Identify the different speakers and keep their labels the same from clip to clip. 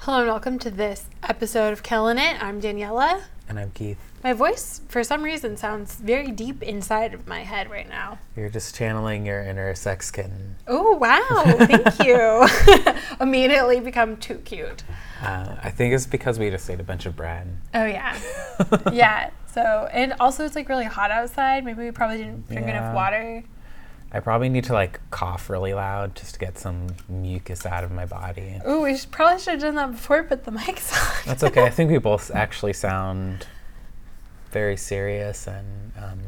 Speaker 1: Hello and welcome to this episode of Killing It. I'm Daniela.
Speaker 2: And I'm Keith.
Speaker 1: My voice, for some reason, sounds very deep inside of my head right now.
Speaker 2: You're just channeling your inner sex kitten.
Speaker 1: Oh, wow. Thank you. Immediately become too cute.
Speaker 2: Uh, I think it's because we just ate a bunch of bread.
Speaker 1: Oh, yeah. yeah. So, and also it's like really hot outside. Maybe we probably didn't drink
Speaker 2: Yeah.
Speaker 1: enough water.
Speaker 2: I probably need to like cough really loud just to get some mucus out of my body.
Speaker 1: Oh, we should, probably should have done that before we put the mics on.
Speaker 2: That's okay. I think we both actually sound very serious, and um,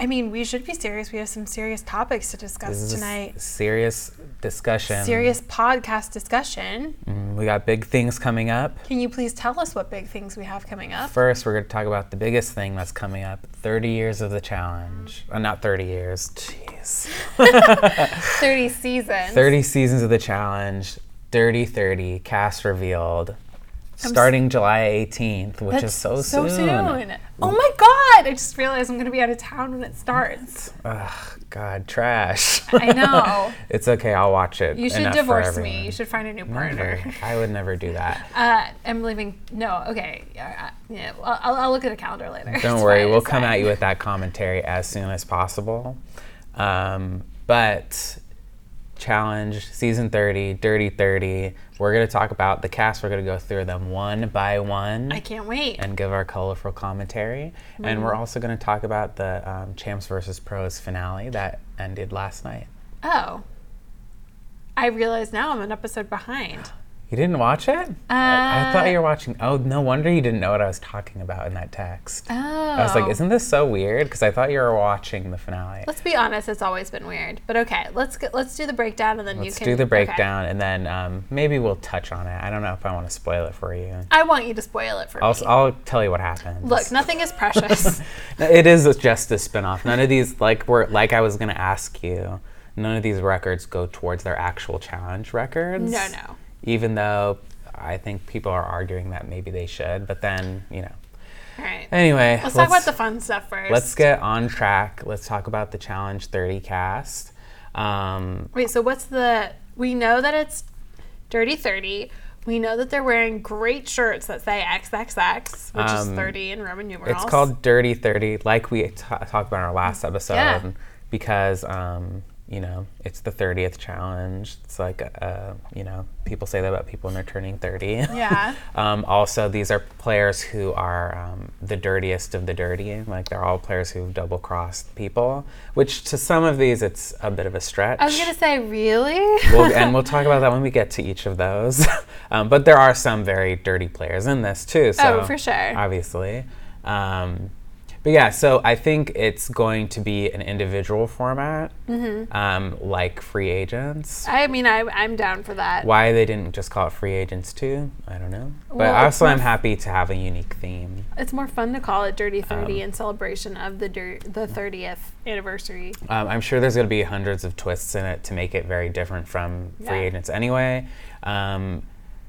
Speaker 1: I mean, we should be serious. We have some serious topics to
Speaker 2: this
Speaker 1: discuss
Speaker 2: is a s-
Speaker 1: tonight.
Speaker 2: serious discussion.
Speaker 1: Serious podcast discussion.
Speaker 2: Mm, We got big things coming up.
Speaker 1: Can you please tell us what big things we have coming up?
Speaker 2: First, we're going to talk about the biggest thing that's coming up 30 years of the challenge. Uh, not 30 years. Jeez.
Speaker 1: 30 seasons.
Speaker 2: 30 seasons of the challenge, Dirty 30, cast revealed, starting July 18th, which is so,
Speaker 1: so
Speaker 2: soon.
Speaker 1: Oh my god! I just realized I'm gonna be out of town when it starts.
Speaker 2: Ugh, God, trash.
Speaker 1: I know.
Speaker 2: it's okay, I'll watch it.
Speaker 1: You should
Speaker 2: Enough for
Speaker 1: divorce
Speaker 2: everyone.
Speaker 1: me. You should find a new partner.
Speaker 2: Never. I would never do that.
Speaker 1: Uh, I'm leaving. No, okay. Yeah, I- yeah well, I'll, I'll look at a calendar later.
Speaker 2: Don't worry, we'll come at you with that commentary as soon as possible. Um, but challenge season 30 dirty 30 we're going to talk about the cast we're going to go through them one by one
Speaker 1: I can't wait.
Speaker 2: and give our colorful commentary. And
Speaker 1: Mm.
Speaker 2: we're also going to talk about the um, Champs versus Pros finale that ended last night.
Speaker 1: Oh. I realize now I'm an episode behind.
Speaker 2: You didn't watch it?
Speaker 1: Uh,
Speaker 2: I I thought you were watching. Oh, no wonder you didn't know what I was talking about in that text.
Speaker 1: Oh.
Speaker 2: I was like, isn't this so weird? Because I thought you were watching the finale.
Speaker 1: Let's be honest. It's always been weird. But okay, let's get, let's do the breakdown and then you
Speaker 2: Let's
Speaker 1: can
Speaker 2: do the
Speaker 1: okay.
Speaker 2: breakdown and then um, maybe we'll touch on it. I don't know if I want to spoil it for you.
Speaker 1: I want you to spoil it for
Speaker 2: I'll,
Speaker 1: me.
Speaker 2: I'll tell you what happens.
Speaker 1: Look, nothing is precious.
Speaker 2: No, it is just a spinoff. None of these, like were like I was gonna ask you, none of these records go towards their actual challenge records.
Speaker 1: No, no.
Speaker 2: Even though I think people are arguing that maybe they should, but then you know.
Speaker 1: All right.
Speaker 2: Anyway,
Speaker 1: Let's talk about the fun stuff 1st
Speaker 2: let's get on track. Let's talk about the challenge thirty cast. Um,
Speaker 1: Wait, so what's the. We know that it's Dirty 30. We know that they're wearing great shirts that say XXX, which is
Speaker 2: Um,
Speaker 1: 30 in Roman numerals.
Speaker 2: it's called Dirty Thirty, like we ta talked about in our last episode,
Speaker 1: Mm, Yeah.
Speaker 2: because um, you know it's the thirtieth challenge. It's like uh, you know people say that about people when they're turning thirty.
Speaker 1: Yeah.
Speaker 2: um, also, these are players who are um, the dirtiest of the dirty. Like they're all players who've double crossed people, which to some of these it's a bit of a stretch.
Speaker 1: I was going to say, really?
Speaker 2: We'll, and we'll talk about that when we get to each of those. um, but there are some very dirty players in this too. So
Speaker 1: Oh, for sure.
Speaker 2: Obviously. Um, but yeah, so I think it's going to be an individual format,
Speaker 1: Mm-hmm.
Speaker 2: um, like free agents.
Speaker 1: I mean, I, I'm down for that.
Speaker 2: Why they didn't just call it free agents too, I don't know. But
Speaker 1: Well, it's
Speaker 2: also, I'm
Speaker 1: not-
Speaker 2: happy to have a unique theme.
Speaker 1: It's more fun to call it Dirty 30
Speaker 2: Um,
Speaker 1: in celebration of the dir- the 30th anniversary.
Speaker 2: Um, I'm sure there's going to be hundreds of twists in it to make it very different from free
Speaker 1: Yeah.
Speaker 2: agents anyway. Um,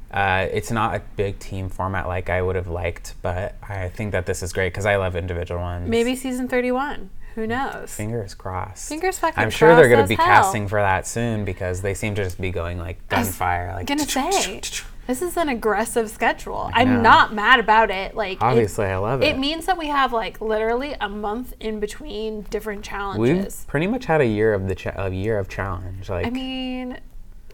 Speaker 2: uh, it's not a big team format like I would have liked, but I think that this is great because I love individual ones.
Speaker 1: Maybe season 31. Who
Speaker 2: Mm,
Speaker 1: knows?
Speaker 2: Fingers crossed.
Speaker 1: Fingers fucking
Speaker 2: I'm sure they're
Speaker 1: crossed
Speaker 2: going to
Speaker 1: as
Speaker 2: be
Speaker 1: hell.
Speaker 2: casting for that soon because they seem to just be going like gunfire. Like
Speaker 1: gonna say. This is an aggressive schedule.
Speaker 2: know.
Speaker 1: I'm not mad about it. Like, it,
Speaker 2: Obviously, I love it.
Speaker 1: It means that we have like literally a month in between different
Speaker 2: We've
Speaker 1: challenges.
Speaker 2: pretty much had a year of the cha- a year of challenge, like
Speaker 1: I mean,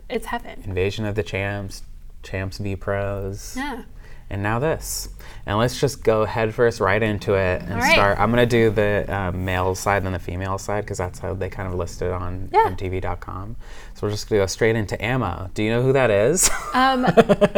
Speaker 1: it's heaven.
Speaker 2: invasion of the champs, champs v pros.
Speaker 1: Yeah.
Speaker 2: and now this. And let's just go head first right into it and
Speaker 1: All right.
Speaker 2: start. I'm gonna do the uh, male side and the female side because that's how they kind of listed on
Speaker 1: Yeah.
Speaker 2: MTV.com. So we're just gonna go straight into Ammo. Do you know who that is?
Speaker 1: Um,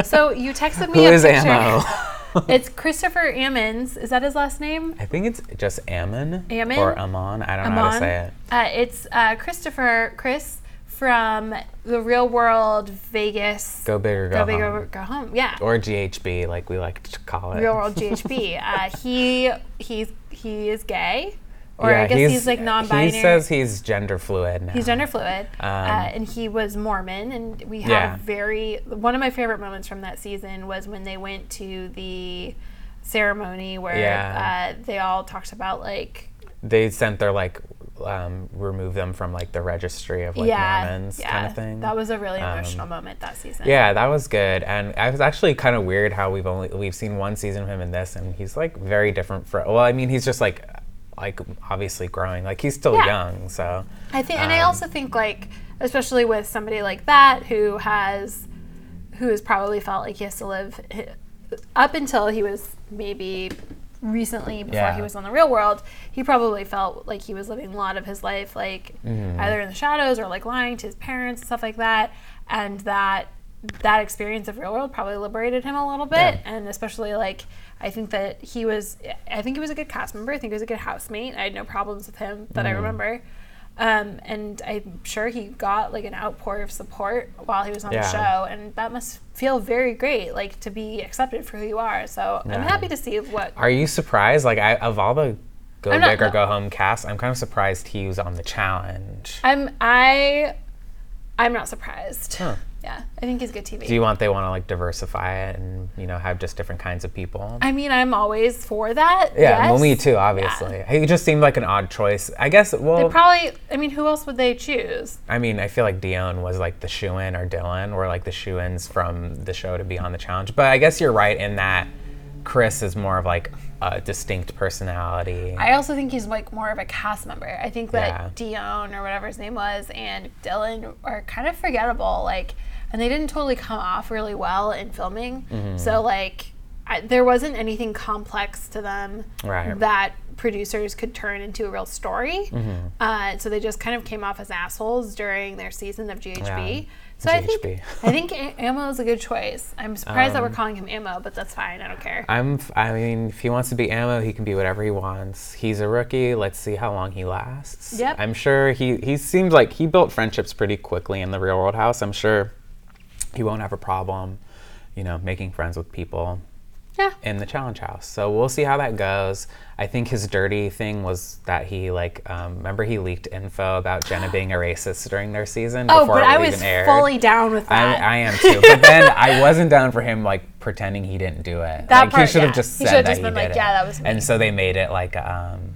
Speaker 1: so you texted me
Speaker 2: who
Speaker 1: a
Speaker 2: is
Speaker 1: picture.
Speaker 2: Ammo?
Speaker 1: It's Christopher Ammons. Is that his last name?
Speaker 2: I think it's just Ammon.
Speaker 1: Ammon?
Speaker 2: Or Amon. I don't know how to
Speaker 1: Amon?
Speaker 2: say it.
Speaker 1: Uh, it's uh, Christopher Chris from the Real World Vegas.
Speaker 2: Go big or go,
Speaker 1: Go big
Speaker 2: home.
Speaker 1: or go home. Yeah.
Speaker 2: Or GHB, like we like to call it.
Speaker 1: Real World GHB. Uh, he he's he is gay, or I
Speaker 2: Yeah,
Speaker 1: guess he's, like non-binary.
Speaker 2: He says he's gender fluid now.
Speaker 1: He's gender fluid, uh, and he was Mormon. And we had
Speaker 2: Um, Yeah.
Speaker 1: a very one of my favorite moments from that season was when they went to the ceremony where
Speaker 2: Yeah.
Speaker 1: uh, they all talked about like
Speaker 2: they sent their like um, remove them from like the registry of like Mormons kind of thing. Um,
Speaker 1: That was a really emotional moment that season.
Speaker 2: yeah, that was good, and I was actually kind of weird how we've only we've seen one season of him in this, and he's like very different from. Well, I mean, he's just like like obviously growing, like he's still
Speaker 1: Yeah.
Speaker 2: young, so
Speaker 1: I think, and I
Speaker 2: um,
Speaker 1: also think like, especially with somebody like that who has, who has probably felt like he has to live hi- up until he was maybe recently before
Speaker 2: Yeah.
Speaker 1: he was on the real world. He probably felt like he was living a lot of his life like
Speaker 2: Mm-hmm.
Speaker 1: either in the shadows or like lying to his parents and stuff like that, and that that experience of real world probably liberated him a little bit
Speaker 2: Yeah.
Speaker 1: and especially like i think that he was i think he was a good cast member i think he was a good housemate i had no problems with him that i
Speaker 2: Mm.
Speaker 1: remember um, and I'm sure he got like an outpour of support while he was on the
Speaker 2: Yeah.
Speaker 1: show, and that must feel very great, like to be accepted for who you are. So I'm
Speaker 2: Yeah.
Speaker 1: happy to see what.
Speaker 2: Are you surprised? Like, I, of all the Go
Speaker 1: I'm not-
Speaker 2: Big or Go Home cast, I'm kind of surprised he was on the challenge.
Speaker 1: I'm I, I'm not surprised.
Speaker 2: Huh.
Speaker 1: Yeah, I think he's good TV.
Speaker 2: Do you want they want to like diversify it and you know have just different kinds of people?
Speaker 1: I mean, I'm always for that.
Speaker 2: yeah, well,
Speaker 1: yes.
Speaker 2: me too. Obviously, he just seemed like an odd choice. I guess. Well,
Speaker 1: Probably. I mean, who else would they choose?
Speaker 2: I mean, I feel like Dion was like the shoe in or Dylan were like the shoe ins from the show to be on the challenge. But I guess you're right in that Chris is more of like a distinct personality.
Speaker 1: I also think he's like more of a cast member. I think that
Speaker 2: Yeah.
Speaker 1: Dion or whatever his name was and Dylan are kind of forgettable, like, and they didn't totally come off really well in filming.
Speaker 2: Mm-hmm.
Speaker 1: So like, I, there wasn't anything complex to them
Speaker 2: Right.
Speaker 1: that producers could turn into a real story.
Speaker 2: Mm-hmm.
Speaker 1: Uh, so they just kind of came off as assholes during their season of GHB.
Speaker 2: Yeah.
Speaker 1: So I think
Speaker 2: GHB.
Speaker 1: I think A- Ammo is a good choice. I'm surprised that
Speaker 2: Um,
Speaker 1: we're calling him Ammo, but that's fine. I don't care.
Speaker 2: I'm. f- I mean, if he wants to be ammo, he can be whatever he wants. He's a rookie. Let's see how long he lasts.
Speaker 1: Yep.
Speaker 2: I'm sure he. He seemed like he built friendships pretty quickly in the real world house. I'm sure he won't have a problem, you know, making friends with people
Speaker 1: yeah.
Speaker 2: in the challenge house. So we'll see how that goes. I think his dirty thing was that he like. Um, remember he leaked info about Jenna being a racist during their season
Speaker 1: Oh,
Speaker 2: before
Speaker 1: but
Speaker 2: it
Speaker 1: I
Speaker 2: even
Speaker 1: was
Speaker 2: aired.
Speaker 1: fully down with
Speaker 2: I,
Speaker 1: that.
Speaker 2: I am too, but then I wasn't down for him like pretending he didn't do it.
Speaker 1: That
Speaker 2: like,
Speaker 1: part,
Speaker 2: he should have
Speaker 1: yeah.
Speaker 2: just
Speaker 1: He
Speaker 2: said
Speaker 1: should've
Speaker 2: that
Speaker 1: just
Speaker 2: he
Speaker 1: been
Speaker 2: did
Speaker 1: like,
Speaker 2: it.
Speaker 1: "Yeah, that was me."
Speaker 2: And so they made it like um,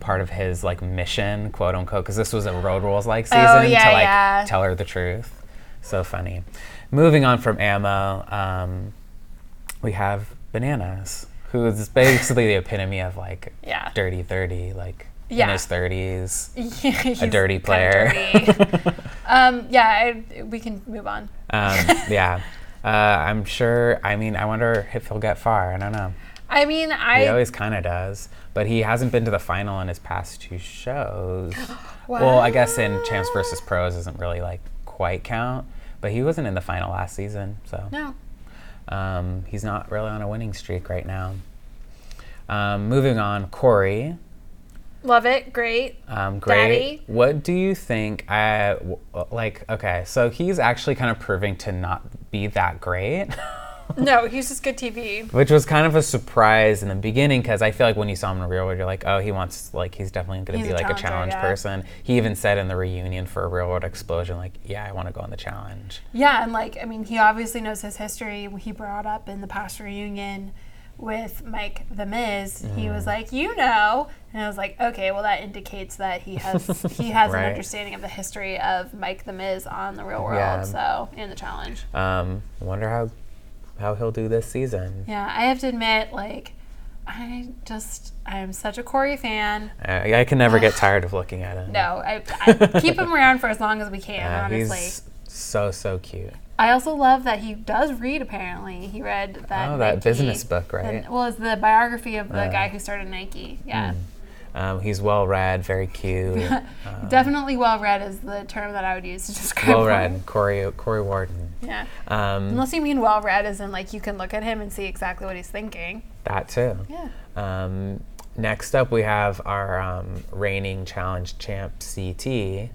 Speaker 2: part of his like mission, quote unquote, because this was a road rules like season
Speaker 1: Oh, yeah,
Speaker 2: to like
Speaker 1: yeah.
Speaker 2: tell her the truth. So funny. Moving on from ammo, um, we have bananas, who is basically the epitome of like
Speaker 1: Yeah.
Speaker 2: dirty thirty, like in
Speaker 1: Yeah.
Speaker 2: his thirties.
Speaker 1: He's
Speaker 2: dirty
Speaker 1: kinda
Speaker 2: player.
Speaker 1: dirty. um, yeah, I, we can move on.
Speaker 2: Um, yeah. Uh, I'm sure. I mean, I wonder if he'll get far. I don't know.
Speaker 1: I mean, I
Speaker 2: He always kind of does, but he hasn't been to the final in his past two shows. Well, I guess in Champs versus Pros doesn't really like quite count, but he wasn't in the final last season, so
Speaker 1: no.
Speaker 2: um, he's not really on a winning streak right now. Um, moving on, Corey.
Speaker 1: Love it. Great.
Speaker 2: Um, great.
Speaker 1: Daddy?
Speaker 2: What do you think? I w- like. Okay, so he's actually kind of proving to not be that great.
Speaker 1: No, he's just good TV.
Speaker 2: which was kind of a surprise in the beginning because I feel like when you saw him in the real world, you're like, oh, he wants like he's definitely going to
Speaker 1: He's
Speaker 2: be
Speaker 1: a
Speaker 2: like a challenge
Speaker 1: challenger, yeah.
Speaker 2: person. He even said in the reunion for a real world explosion, like, yeah, I want to go on the challenge.
Speaker 1: Yeah, and like, I mean, he obviously knows his history. He brought up in the past reunion with Mike the Miz. He
Speaker 2: Mm.
Speaker 1: was like, you know, and I was like, okay, well, that indicates that he has he has
Speaker 2: Right.
Speaker 1: an understanding of the history of Mike the Miz on the Real World,
Speaker 2: Yeah.
Speaker 1: so in the challenge.
Speaker 2: Um, wonder how how he'll do this season.
Speaker 1: Yeah, I have to admit, like, I just I'm such a Corey fan.
Speaker 2: I, I can never get tired of looking at him.
Speaker 1: No, I, I keep him around for as long as we can.
Speaker 2: Uh,
Speaker 1: honestly,
Speaker 2: he's so so cute.
Speaker 1: I also love that he does read. Apparently, he read that.
Speaker 2: Oh, that
Speaker 1: Nike-
Speaker 2: business book, right? Uh,
Speaker 1: the- well, it's the biography of the guy who started Nike. Yeah,
Speaker 2: Um, he's well read, very cute, Uh,
Speaker 1: definitely well read is the term that I would use to describe.
Speaker 2: well
Speaker 1: him.
Speaker 2: read. Corey Corey Warden.
Speaker 1: Yeah,
Speaker 2: Um,
Speaker 1: unless you mean well read as in like you can look at him and see exactly what he's thinking.
Speaker 2: that too.
Speaker 1: Yeah.
Speaker 2: Um, next up, we have our um, reigning challenge champ CT.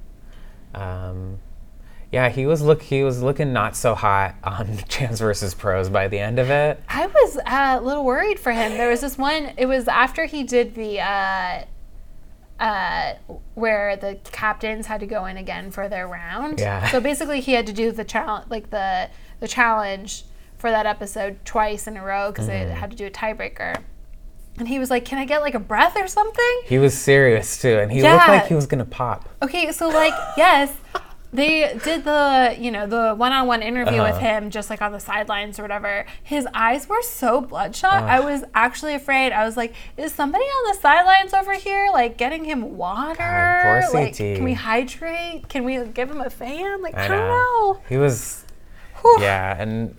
Speaker 2: Um, yeah, he was look he was looking not so hot on Chance versus Pros by the end of it.
Speaker 1: I was uh, a little worried for him. There was this one. It was after he did the uh, uh, where the captains had to go in again for their round.
Speaker 2: Yeah.
Speaker 1: So basically, he had to do the challenge, like the the challenge for that episode twice in a row because they had to do a tiebreaker. And he was like, "Can I get like a breath or something?"
Speaker 2: He was serious too, and he looked
Speaker 1: Yeah.
Speaker 2: like he was gonna pop.
Speaker 1: Okay, so like yes, they did the you know the one-on-one interview with
Speaker 2: Uh-huh.
Speaker 1: him just like on the sidelines or whatever. His eyes were so bloodshot. I was actually afraid. I was like, is somebody on the sidelines over here like getting him water?
Speaker 2: God, poor
Speaker 1: like,
Speaker 2: CT.
Speaker 1: can we hydrate? Can we give him a fan? Like I,
Speaker 2: I
Speaker 1: don't
Speaker 2: know.
Speaker 1: know.
Speaker 2: He was
Speaker 1: Whew.
Speaker 2: yeah, and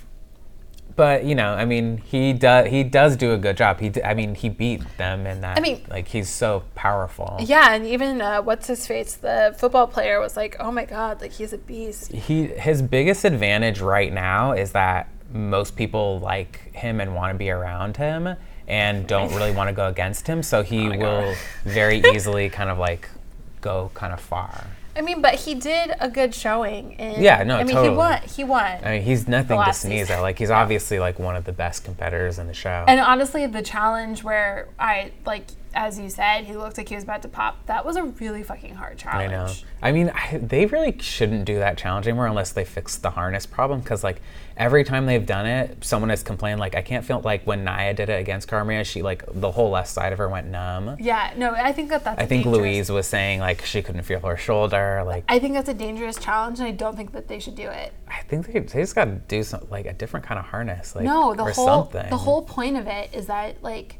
Speaker 2: but you know, I mean, he does he does do a good job. He d- I mean, he beat them in that.
Speaker 1: I mean-
Speaker 2: like he's so powerful.
Speaker 1: Yeah, and even uh, what's his face, the football player, was like, "Oh my god, like he's a beast."
Speaker 2: He his biggest advantage right now is that most people like him and want to be around him and don't really want to go against him, so he will very easily kind of like go kind of far.
Speaker 1: I mean, but he did a good showing. In,
Speaker 2: Yeah, no,
Speaker 1: I mean,
Speaker 2: totally.
Speaker 1: he won. He won.
Speaker 2: I mean, he's nothing to
Speaker 1: last
Speaker 2: sneeze
Speaker 1: season.
Speaker 2: at. Like he's obviously like one of the best competitors in the show.
Speaker 1: And honestly, the challenge where I like, as you said, he looked like he was about to pop. That was a really fucking hard
Speaker 2: I
Speaker 1: challenge.
Speaker 2: know. I mean, I, they really shouldn't do that challenge anymore unless they fix the harness problem. Because like every time they've done it, someone has complained. Like I can't feel like when Naya did it against Carmia, she like the whole left side of her went numb.
Speaker 1: Yeah, no, I think that that's.
Speaker 2: I think Louise was saying like she couldn't feel her shoulder. Like
Speaker 1: I think that's a dangerous challenge, and I don't think that they should do it.
Speaker 2: I think they, they just got to do some like a different kind of harness. Like
Speaker 1: No, the
Speaker 2: or
Speaker 1: whole
Speaker 2: something.
Speaker 1: the whole point of it is that like,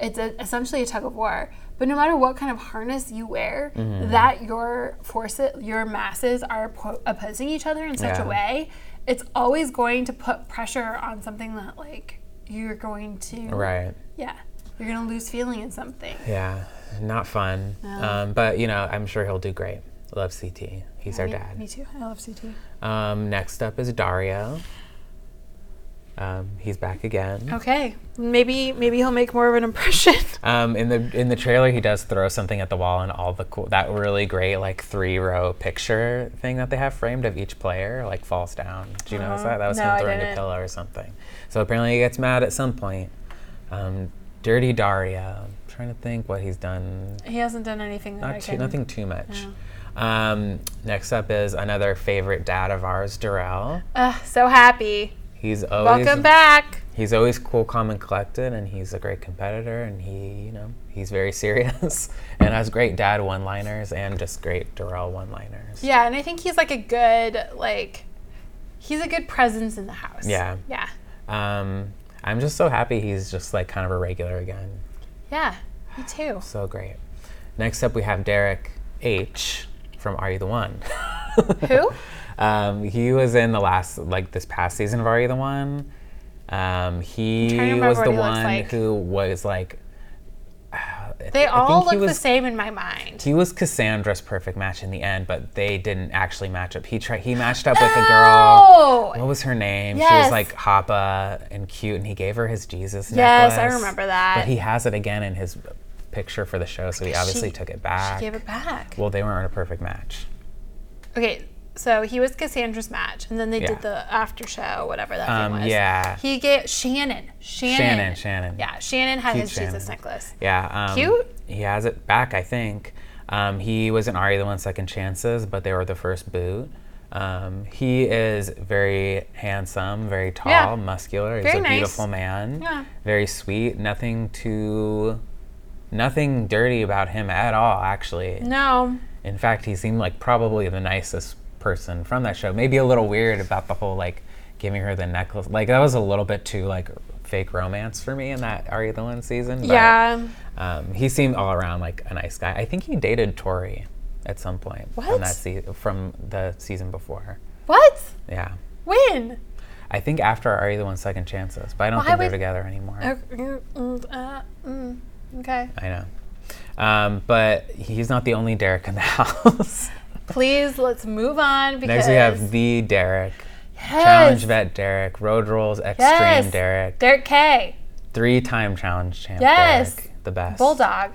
Speaker 1: it's a, essentially a tug of war. But no matter what kind of harness you wear,
Speaker 2: Mm-hmm.
Speaker 1: that your forces, your masses are po- opposing each other in such
Speaker 2: Yeah.
Speaker 1: a way, it's always going to put pressure on something that like you're going to
Speaker 2: right.
Speaker 1: Yeah. You're gonna lose feeling in something.
Speaker 2: Yeah, not fun. Um, but you know, I'm sure he'll do great. Love CT. He's our
Speaker 1: me,
Speaker 2: dad.
Speaker 1: Me too. I love CT.
Speaker 2: Um, next up is Dario. Um, he's back again.
Speaker 1: Okay. Maybe maybe he'll make more of an impression.
Speaker 2: Um, in the in the trailer, he does throw something at the wall, and all the cool that really great like three row picture thing that they have framed of each player like falls down. Do you notice that? That was
Speaker 1: Uh-huh. No,
Speaker 2: him
Speaker 1: I
Speaker 2: throwing a
Speaker 1: didn't.
Speaker 2: pillow or something. So apparently, he gets mad at some point. Um, Dirty Dario. I'm trying to think what he's done.
Speaker 1: he hasn't done anything that I
Speaker 2: Not too,
Speaker 1: can.
Speaker 2: nothing too much.
Speaker 1: Oh.
Speaker 2: Um, next up is another favorite dad of ours, Darrell.
Speaker 1: Ugh, so happy.
Speaker 2: He's always
Speaker 1: Welcome back.
Speaker 2: he's always cool, calm, and collected, and he's a great competitor. And he, you know, he's very serious and has great dad one-liners and just great Darrell one-liners.
Speaker 1: Yeah, and I think he's like a good like he's a good presence in the house.
Speaker 2: Yeah.
Speaker 1: Yeah.
Speaker 2: Um, I'm just so happy he's just like kind of a regular again.
Speaker 1: Yeah. Me too.
Speaker 2: So great. Next up, we have Derek H from Are You the One?
Speaker 1: Who?
Speaker 2: Um, he was in the last, like this past season of Are You the One. Um,
Speaker 1: trying
Speaker 2: he
Speaker 1: to remember
Speaker 2: was the
Speaker 1: what he looks
Speaker 2: one
Speaker 1: like.
Speaker 2: who was like
Speaker 1: They all
Speaker 2: think
Speaker 1: look
Speaker 2: he
Speaker 1: the
Speaker 2: was-
Speaker 1: same in my mind.
Speaker 2: he was Cassandra's perfect match in the end, but they didn't actually match up. He tried. He matched up with a girl. What was her name? She was
Speaker 1: Yes.
Speaker 2: like Hoppa and cute, and he gave her his Jesus necklace.
Speaker 1: Yes, I remember
Speaker 2: But
Speaker 1: that.
Speaker 2: he has it again in his picture for the show, so he obviously took it back.
Speaker 1: She gave it back.
Speaker 2: well, they weren't a perfect match.
Speaker 1: Okay, so he was Cassandra's match, and then they
Speaker 2: Yeah.
Speaker 1: did the after show, whatever that
Speaker 2: Um,
Speaker 1: thing was.
Speaker 2: yeah.
Speaker 1: He gave Shannon. Shannon.
Speaker 2: Shannon, Shannon.
Speaker 1: Yeah, Shannon had
Speaker 2: Cute
Speaker 1: his Jesus
Speaker 2: Shannon.
Speaker 1: necklace.
Speaker 2: Yeah. Um,
Speaker 1: Cute?
Speaker 2: He has it back, I think. Um, he was in Ari the One Second Chances, but they were the first boot. Um, he is very handsome, very tall,
Speaker 1: Yeah.
Speaker 2: muscular. He's
Speaker 1: Very
Speaker 2: a
Speaker 1: nice.
Speaker 2: beautiful man.
Speaker 1: Yeah.
Speaker 2: Very sweet. Nothing too, nothing dirty about him at all. Actually,
Speaker 1: Mm. No,
Speaker 2: in fact, he seemed like probably the nicest person from that show. Maybe a little weird about the whole like giving her the necklace. Like that was a little bit too like fake romance for me in that Ari the One season. but-
Speaker 1: yeah,
Speaker 2: um, he seemed all around like a nice guy. I think he dated Tori at some point from
Speaker 1: What?
Speaker 2: that se- from the season before.
Speaker 1: what?
Speaker 2: Yeah,
Speaker 1: When?
Speaker 2: I think after Are You the One Second Chances, but I don't
Speaker 1: Why
Speaker 2: think they're
Speaker 1: would-
Speaker 2: together anymore.
Speaker 1: Uh, mm, uh, mm, Okay,
Speaker 2: I know, um, but he's not the only Derek in the house.
Speaker 1: please let's move on because
Speaker 2: Next we have the Derek,
Speaker 1: Yes,
Speaker 2: Challenge Vet Derek, Road Rolls Extreme
Speaker 1: Yes.
Speaker 2: Derek,
Speaker 1: Derek K,
Speaker 2: three-time Challenge champ
Speaker 1: Yes.
Speaker 2: Derek, the best.
Speaker 1: Bulldog.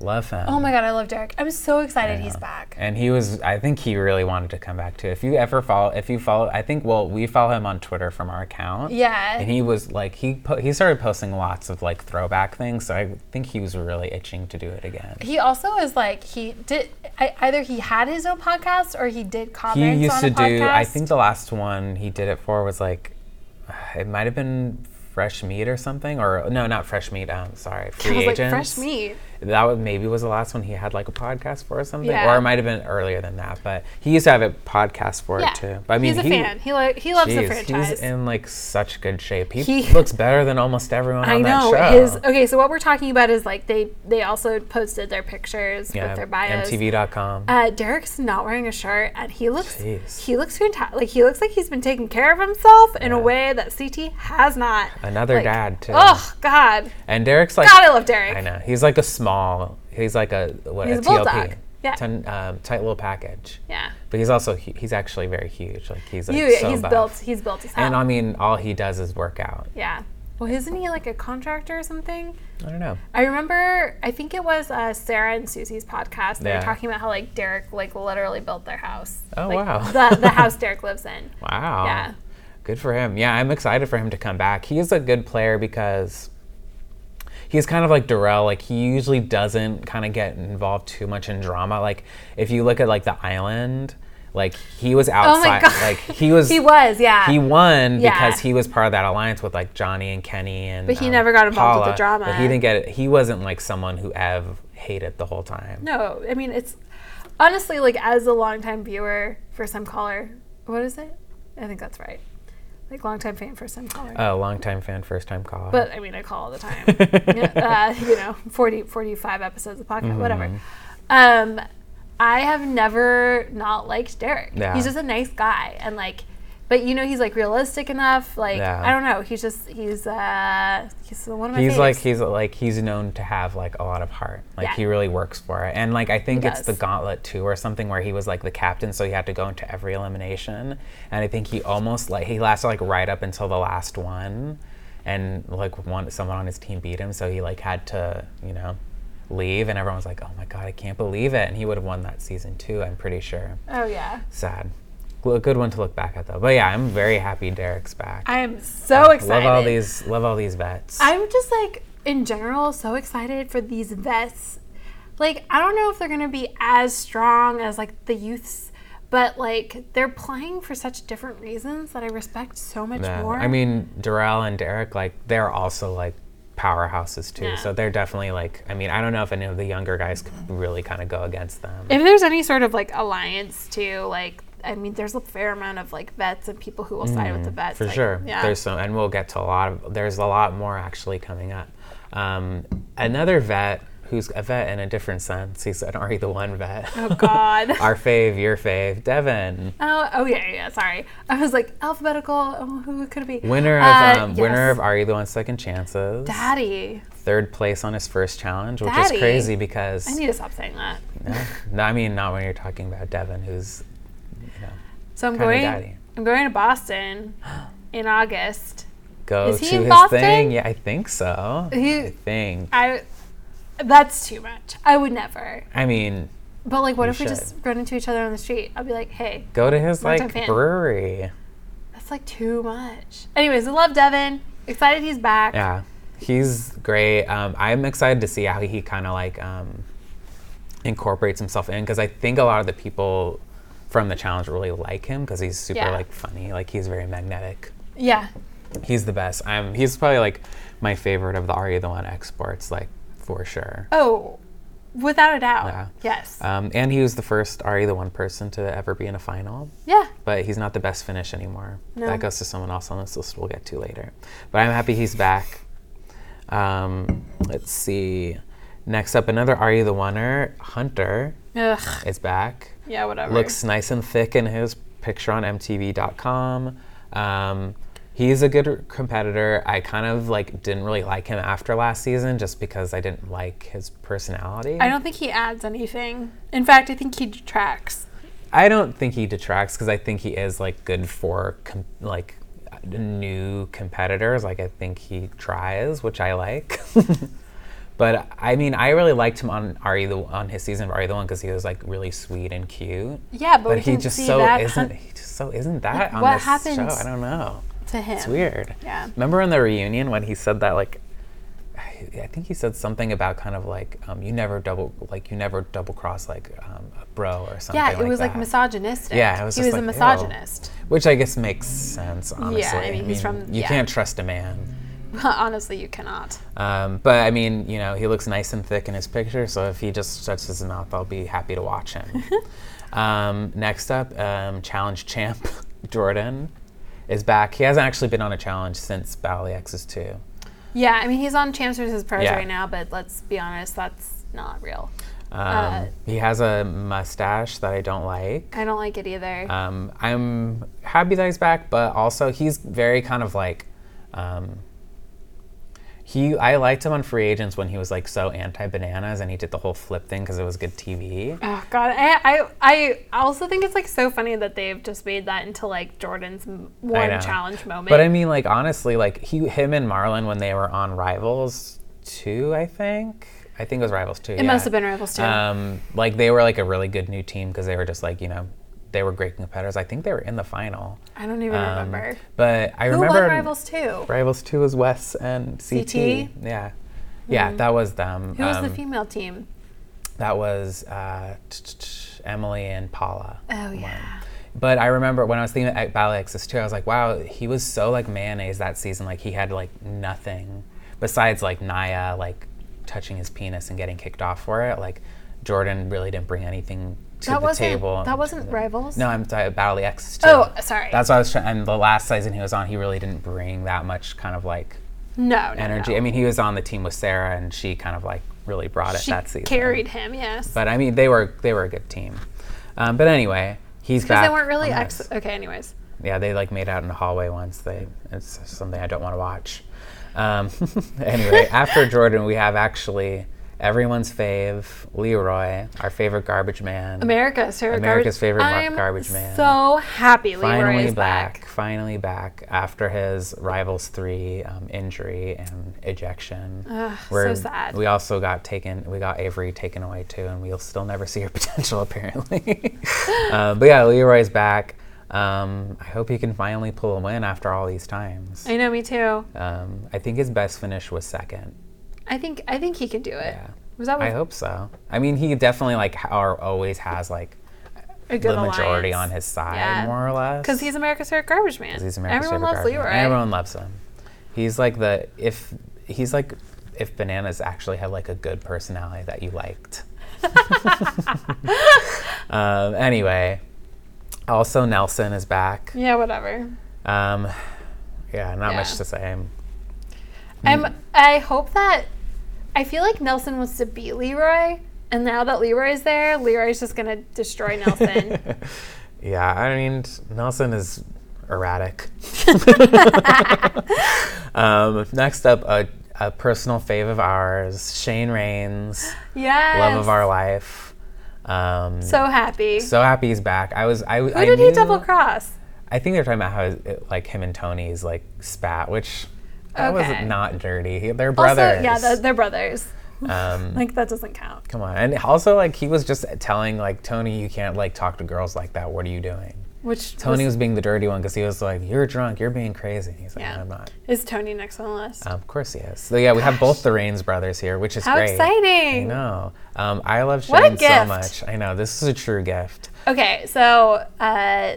Speaker 2: Love him.
Speaker 1: Oh my God, I love Derek. I'm so excited he's
Speaker 2: know.
Speaker 1: back.
Speaker 2: And he was, I think he really wanted to come back too. If you ever follow, if you follow, I think, well, we follow him on Twitter from our account.
Speaker 1: Yeah.
Speaker 2: And he was like, he po- he started posting lots of like throwback things. So I think he was really itching to do it again.
Speaker 1: He also is like he did I, either he had his own podcast or he did
Speaker 2: He
Speaker 1: comments
Speaker 2: used
Speaker 1: on
Speaker 2: to
Speaker 1: a podcast.
Speaker 2: do, I think the last one he did it for was like, it might have been fresh meat or something, or no, not fresh meat. Um, sorry, free
Speaker 1: I was
Speaker 2: agents.
Speaker 1: like, fresh meat.
Speaker 2: That was, maybe was the last one he had like a podcast for or something,
Speaker 1: Yeah.
Speaker 2: or it might have been earlier than that. But he used to have a podcast for
Speaker 1: Yeah.
Speaker 2: it too. But I mean,
Speaker 1: he's a
Speaker 2: he,
Speaker 1: fan. He, lo- he loves the
Speaker 2: Jeez,
Speaker 1: franchise.
Speaker 2: He's in like such good shape. He,
Speaker 1: He-
Speaker 2: looks better than almost everyone
Speaker 1: I
Speaker 2: on
Speaker 1: know
Speaker 2: that show.
Speaker 1: his okay. So what we're talking about is like they they also posted their pictures
Speaker 2: yeah,
Speaker 1: with their bios.
Speaker 2: MTV.com.
Speaker 1: Uh, Derek's not wearing a shirt, and he looks
Speaker 2: Jeez.
Speaker 1: he looks fantastic. Like he looks like he's been taking care of himself in a
Speaker 2: Yeah.
Speaker 1: way that CT has not.
Speaker 2: Another
Speaker 1: like,
Speaker 2: dad too.
Speaker 1: Oh God,
Speaker 2: And Derek's like,
Speaker 1: God, I love Derek.
Speaker 2: I know he's like a small. He's like a what?
Speaker 1: He's a
Speaker 2: a TLP.
Speaker 1: bulldog. Yeah.
Speaker 2: Ten, um, tight little package.
Speaker 1: Yeah,
Speaker 2: But he's also hu- he's actually very huge. Like he's like
Speaker 1: you,
Speaker 2: so
Speaker 1: he's
Speaker 2: buff.
Speaker 1: built. He's built as hell.
Speaker 2: And I mean, all he does is work out.
Speaker 1: yeah. Well, isn't he like a contractor or something?
Speaker 2: I don't know.
Speaker 1: I remember. I think it was uh, Sarah and Susie's podcast. They
Speaker 2: Yeah.
Speaker 1: were talking about how like Derek like literally built their house.
Speaker 2: Oh,
Speaker 1: Like,
Speaker 2: wow.
Speaker 1: The the house Derek lives in.
Speaker 2: Wow.
Speaker 1: Yeah.
Speaker 2: Good for him. Yeah, I'm excited for him to come back. He's a good player because he's kind of like Darrell. Like he usually doesn't kind of get involved too much in drama. Like if you look at like the island, like he was
Speaker 1: Oh my
Speaker 2: outside.
Speaker 1: God.
Speaker 2: Like he was.
Speaker 1: He was. Yeah.
Speaker 2: He won
Speaker 1: Yeah.
Speaker 2: because he was part of that alliance with like Johnny and Kenny and. um,
Speaker 1: But he never got involved with the drama.
Speaker 2: But he didn't get it. He wasn't like someone who Ev hated the whole time.
Speaker 1: No, I mean it's honestly like as a longtime viewer, first time caller. What is it? I think that's right. Like longtime fan, first time caller.
Speaker 2: A longtime fan, first Oh, time caller.
Speaker 1: but I mean, I call all the time. Yeah, uh, you know, 40, 45 episodes of podcast, whatever.
Speaker 2: Mm-hmm.
Speaker 1: Um, I have never not liked Derek.
Speaker 2: Yeah.
Speaker 1: He's just a nice guy, and like, but you know, he's like realistic enough. Like,
Speaker 2: Yeah.
Speaker 1: I don't know. He's just he's uh he's one of my.
Speaker 2: he's
Speaker 1: faves.
Speaker 2: like he's like he's known to have like a lot of heart like
Speaker 1: Yeah.
Speaker 2: he really works for it and like i think
Speaker 1: He
Speaker 2: it's the
Speaker 1: does.
Speaker 2: gauntlet too or something where he was like the captain so he had to go into every elimination and i think he almost like he lasted like right up until the last one and like one someone on his team beat him so he like had to you know leave and everyone was like oh my god i can't believe it and he would have won that season too i'm pretty sure
Speaker 1: oh yeah.
Speaker 2: sad Well, a good one to look back at though but yeah i'm very happy derek's back
Speaker 1: I am so excited.
Speaker 2: love all these love all these vets
Speaker 1: I'm just like in general so excited for these vets. Like I don't know if they're gonna be as strong as like the youths, but like they're playing for such different reasons that I respect so much
Speaker 2: Yeah.
Speaker 1: more.
Speaker 2: I mean, Darrell and Derek, like, they're also like powerhouses too.
Speaker 1: Yeah.
Speaker 2: So they're definitely like, I mean, I don't know if any of the younger guys could really kind of go against them.
Speaker 1: if there's any sort of like alliance too, like I mean, there's a fair amount of like vets and people who will side with the vets
Speaker 2: Mm, For
Speaker 1: like,
Speaker 2: sure.
Speaker 1: Yeah.
Speaker 2: There's some, and we'll get to a lot of, there's a lot more actually coming up. Um, another vet who's a vet in a different sense, he's an already the one vet.
Speaker 1: oh God.
Speaker 2: Our fave, your fave, Devin.
Speaker 1: oh, oh yeah, yeah. Sorry, I was like alphabetical. Oh, who could it be?
Speaker 2: Winner of
Speaker 1: Uh,
Speaker 2: um, winner
Speaker 1: yes.
Speaker 2: of Are You the One Second Chances?
Speaker 1: Daddy.
Speaker 2: Third place on his first challenge, which
Speaker 1: Daddy.
Speaker 2: is crazy because
Speaker 1: I need to stop saying that.
Speaker 2: Yeah. No, I mean not when you're talking about Devin, who's you know
Speaker 1: So I'm
Speaker 2: Kinda
Speaker 1: going.
Speaker 2: daddy.
Speaker 1: I'm going to Boston in August.
Speaker 2: go
Speaker 1: Is
Speaker 2: to
Speaker 1: he
Speaker 2: his
Speaker 1: in Boston?
Speaker 2: thing. Yeah, I think so.
Speaker 1: He-
Speaker 2: I think.
Speaker 1: I. That's too much. I would never.
Speaker 2: I mean,
Speaker 1: But like, what
Speaker 2: You
Speaker 1: if we
Speaker 2: should.
Speaker 1: just run into each other on the street? I'll be like, hey,
Speaker 2: go to his
Speaker 1: Longtime
Speaker 2: like
Speaker 1: fan.
Speaker 2: brewery.
Speaker 1: that's like too much. Anyways, I love Devin. Excited he's back.
Speaker 2: Yeah, he's great. Um, I'm excited to see how he kind of like um, incorporates himself in because I think a lot of the people from the challenge really like him because he's super
Speaker 1: Yeah.
Speaker 2: like funny. Like he's very magnetic.
Speaker 1: Yeah.
Speaker 2: He's the best. I'm. He's probably like my favorite of the Are You the One exports, like for sure.
Speaker 1: Oh, without a doubt.
Speaker 2: Yeah.
Speaker 1: Yes.
Speaker 2: Um, and he was the first Ari, the one person to ever be in a final,
Speaker 1: yeah.
Speaker 2: but he's not the best finish anymore.
Speaker 1: No.
Speaker 2: That goes to someone else on this list we'll get to later. But I'm happy he's back. Um, let's see. Next up, another Ari the Oneer, Hunter,
Speaker 1: Ugh.
Speaker 2: is back.
Speaker 1: Yeah. Whatever.
Speaker 2: Looks nice and thick in his picture on MTV.com. Um, he's a good r- competitor. I kind of like didn't really like him after last season just because I didn't like his personality.
Speaker 1: I don't think he adds anything. In fact, I think he detracts.
Speaker 2: I don't think he detracts because I think he is like good for com- like uh, new competitors. Like I think he tries, which I like. but I mean, I really liked him on Ari the on his season of Ari the One because he was like really sweet and cute.
Speaker 1: Yeah, but, we
Speaker 2: But he
Speaker 1: can
Speaker 2: just
Speaker 1: see
Speaker 2: so
Speaker 1: that
Speaker 2: isn't. He just so isn't that on
Speaker 1: what
Speaker 2: this
Speaker 1: happened?
Speaker 2: show. I don't know.
Speaker 1: to him.
Speaker 2: It's weird.
Speaker 1: Yeah.
Speaker 2: Remember in the reunion when he said that like. I I think he said something about kind of like um, you never double like you never double cross like um, a bro or something.
Speaker 1: Yeah, it was like
Speaker 2: that.
Speaker 1: misogynistic.
Speaker 2: Yeah, it was
Speaker 1: he was
Speaker 2: just
Speaker 1: a
Speaker 2: like, ew.
Speaker 1: misogynist.
Speaker 2: Which I guess makes sense, honestly.
Speaker 1: I mean, he's from-
Speaker 2: you
Speaker 1: yeah.
Speaker 2: can't trust a man
Speaker 1: Honestly, you cannot.
Speaker 2: Um, but I mean, you know, he looks nice and thick in his picture, so if he just shuts his mouth, I'll be happy to watch him. um, next up, um, challenge champ Jordan is back. He hasn't actually been on a challenge since Bally X's 2.
Speaker 1: Yeah, I mean he's on Champs versus Pros
Speaker 2: Yeah.
Speaker 1: right now, but let's be honest, that's not real.
Speaker 2: Um,
Speaker 1: Uh,
Speaker 2: he has a mustache that I don't like.
Speaker 1: I don't like it either.
Speaker 2: Um, I'm happy that he's back, but also he's very kind of like. Um, he, I liked him on Free Agents when he was like so anti bananas and he did the whole flip thing because it was good TV.
Speaker 1: Oh God, I, I I also think it's like so funny that they've just made that into like Jordan's m-
Speaker 2: know.
Speaker 1: one challenge moment.
Speaker 2: But I mean, like honestly, like he, him and Marlon when they were on Rivals two, I think. I think it was Rivals two.
Speaker 1: it must have been Rivals too.
Speaker 2: Um, like they were like a really good new team because they were just like you know, they were great competitors. I think they were in the final.
Speaker 1: I don't even
Speaker 2: Um,
Speaker 1: remember.
Speaker 2: But I
Speaker 1: Who
Speaker 2: remember
Speaker 1: won Rivals too?
Speaker 2: Rivals two was Wes and CT.
Speaker 1: CT?
Speaker 2: Yeah, yeah, that was them.
Speaker 1: Mm-hmm. Who was the
Speaker 2: Um,
Speaker 1: female team?
Speaker 2: that was uh, t- t- t- Emily and Paula.
Speaker 1: Oh
Speaker 2: won.
Speaker 1: yeah.
Speaker 2: But I remember when I was thinking at Ballet Access too, I was like, wow, he was so like mayonnaise that season. Like he had like nothing besides like Naya like touching his penis and getting kicked off for it. Like Jordan really didn't bring anything to
Speaker 1: That
Speaker 2: the
Speaker 1: wasn't
Speaker 2: table.
Speaker 1: that wasn't Rivals.
Speaker 2: No, I'm sorry, Battle Access too.
Speaker 1: Oh, sorry.
Speaker 2: That's why I was trying. And the last season he was on, he really didn't bring that much kind of like
Speaker 1: no, no,
Speaker 2: energy.
Speaker 1: no.
Speaker 2: I mean, he was on the team with Sarah, and she kind of like really brought it
Speaker 1: she
Speaker 2: that season.
Speaker 1: carried him. Yes.
Speaker 2: But I mean, they were they were a good team. Um, but anyway, he's
Speaker 1: because
Speaker 2: back.
Speaker 1: they weren't really
Speaker 2: on
Speaker 1: ex.
Speaker 2: this.
Speaker 1: Okay, anyways.
Speaker 2: Yeah, they like made out in the hallway once. They it's something I don't want to watch. Um, anyway, after Jordan, we have actually everyone's fave Leroy, our favorite garbage man.
Speaker 1: America, Sarah
Speaker 2: America's
Speaker 1: garbage.
Speaker 2: favorite mar-
Speaker 1: I'm
Speaker 2: garbage man.
Speaker 1: So happy Leroy
Speaker 2: finally
Speaker 1: is
Speaker 2: back,
Speaker 1: back.
Speaker 2: Finally back after his Rivals three um, injury and ejection.
Speaker 1: Ugh,
Speaker 2: Where
Speaker 1: so sad.
Speaker 2: We also got taken. We got Avery taken away too, and we'll still never see her potential apparently. uh, but yeah, Leroy's back. Um, I hope he can finally pull a win after all these times.
Speaker 1: I know, me too.
Speaker 2: Um, I think his best finish was second.
Speaker 1: I think I think he can do it.
Speaker 2: Yeah.
Speaker 1: Was that
Speaker 2: I
Speaker 1: with
Speaker 2: hope so. I mean, he definitely like ha- or always has like
Speaker 1: a good
Speaker 2: the majority
Speaker 1: alliance?
Speaker 2: on his side,
Speaker 1: Yeah.
Speaker 2: more or less.
Speaker 1: Because he's America's favorite garbage man.
Speaker 2: He's America's
Speaker 1: Everyone
Speaker 2: favorite
Speaker 1: loves
Speaker 2: gardener.
Speaker 1: Leroy.
Speaker 2: Everyone loves him. He's like the if he's like if bananas actually had like a good personality that you liked. um, anyway, also Nelson is back.
Speaker 1: Yeah, whatever.
Speaker 2: Um, yeah, not
Speaker 1: Yeah.
Speaker 2: much to say. Hmm.
Speaker 1: I'm, I hope that. I feel like Nelson wants to beat Leroy, and now that Leroy's there, Leroy's just gonna destroy Nelson.
Speaker 2: Yeah, I mean Nelson is erratic. um, next up, a, a personal fave of ours, Shane Rains.
Speaker 1: yes.
Speaker 2: love of our life. Um, so,
Speaker 1: So happy.
Speaker 2: happy he's back. I was. I,
Speaker 1: Who did he double cross?
Speaker 2: I think they're talking about how it, like him and Tony's like spat, which that
Speaker 1: Okay.
Speaker 2: was not dirty. He- They're brothers.
Speaker 1: Also, yeah, they're, they're brothers.
Speaker 2: um,
Speaker 1: Like that doesn't count.
Speaker 2: come on. And also, like he was just telling like Tony, you can't like talk to girls like that. What are you doing?
Speaker 1: Which
Speaker 2: Tony
Speaker 1: was-
Speaker 2: was being the dirty one because he was like, "You're drunk. You're being crazy." He's like,
Speaker 1: Yeah.
Speaker 2: "No, "I'm not."
Speaker 1: is Tony next on the list?
Speaker 2: Um, of course he is. So yeah, we have both the Rains brothers here, which is
Speaker 1: How
Speaker 2: great. I
Speaker 1: exciting!
Speaker 2: know. Um, I love
Speaker 1: What a
Speaker 2: Shane so
Speaker 1: gift.
Speaker 2: much. I know this is a true gift.
Speaker 1: Okay, so uh,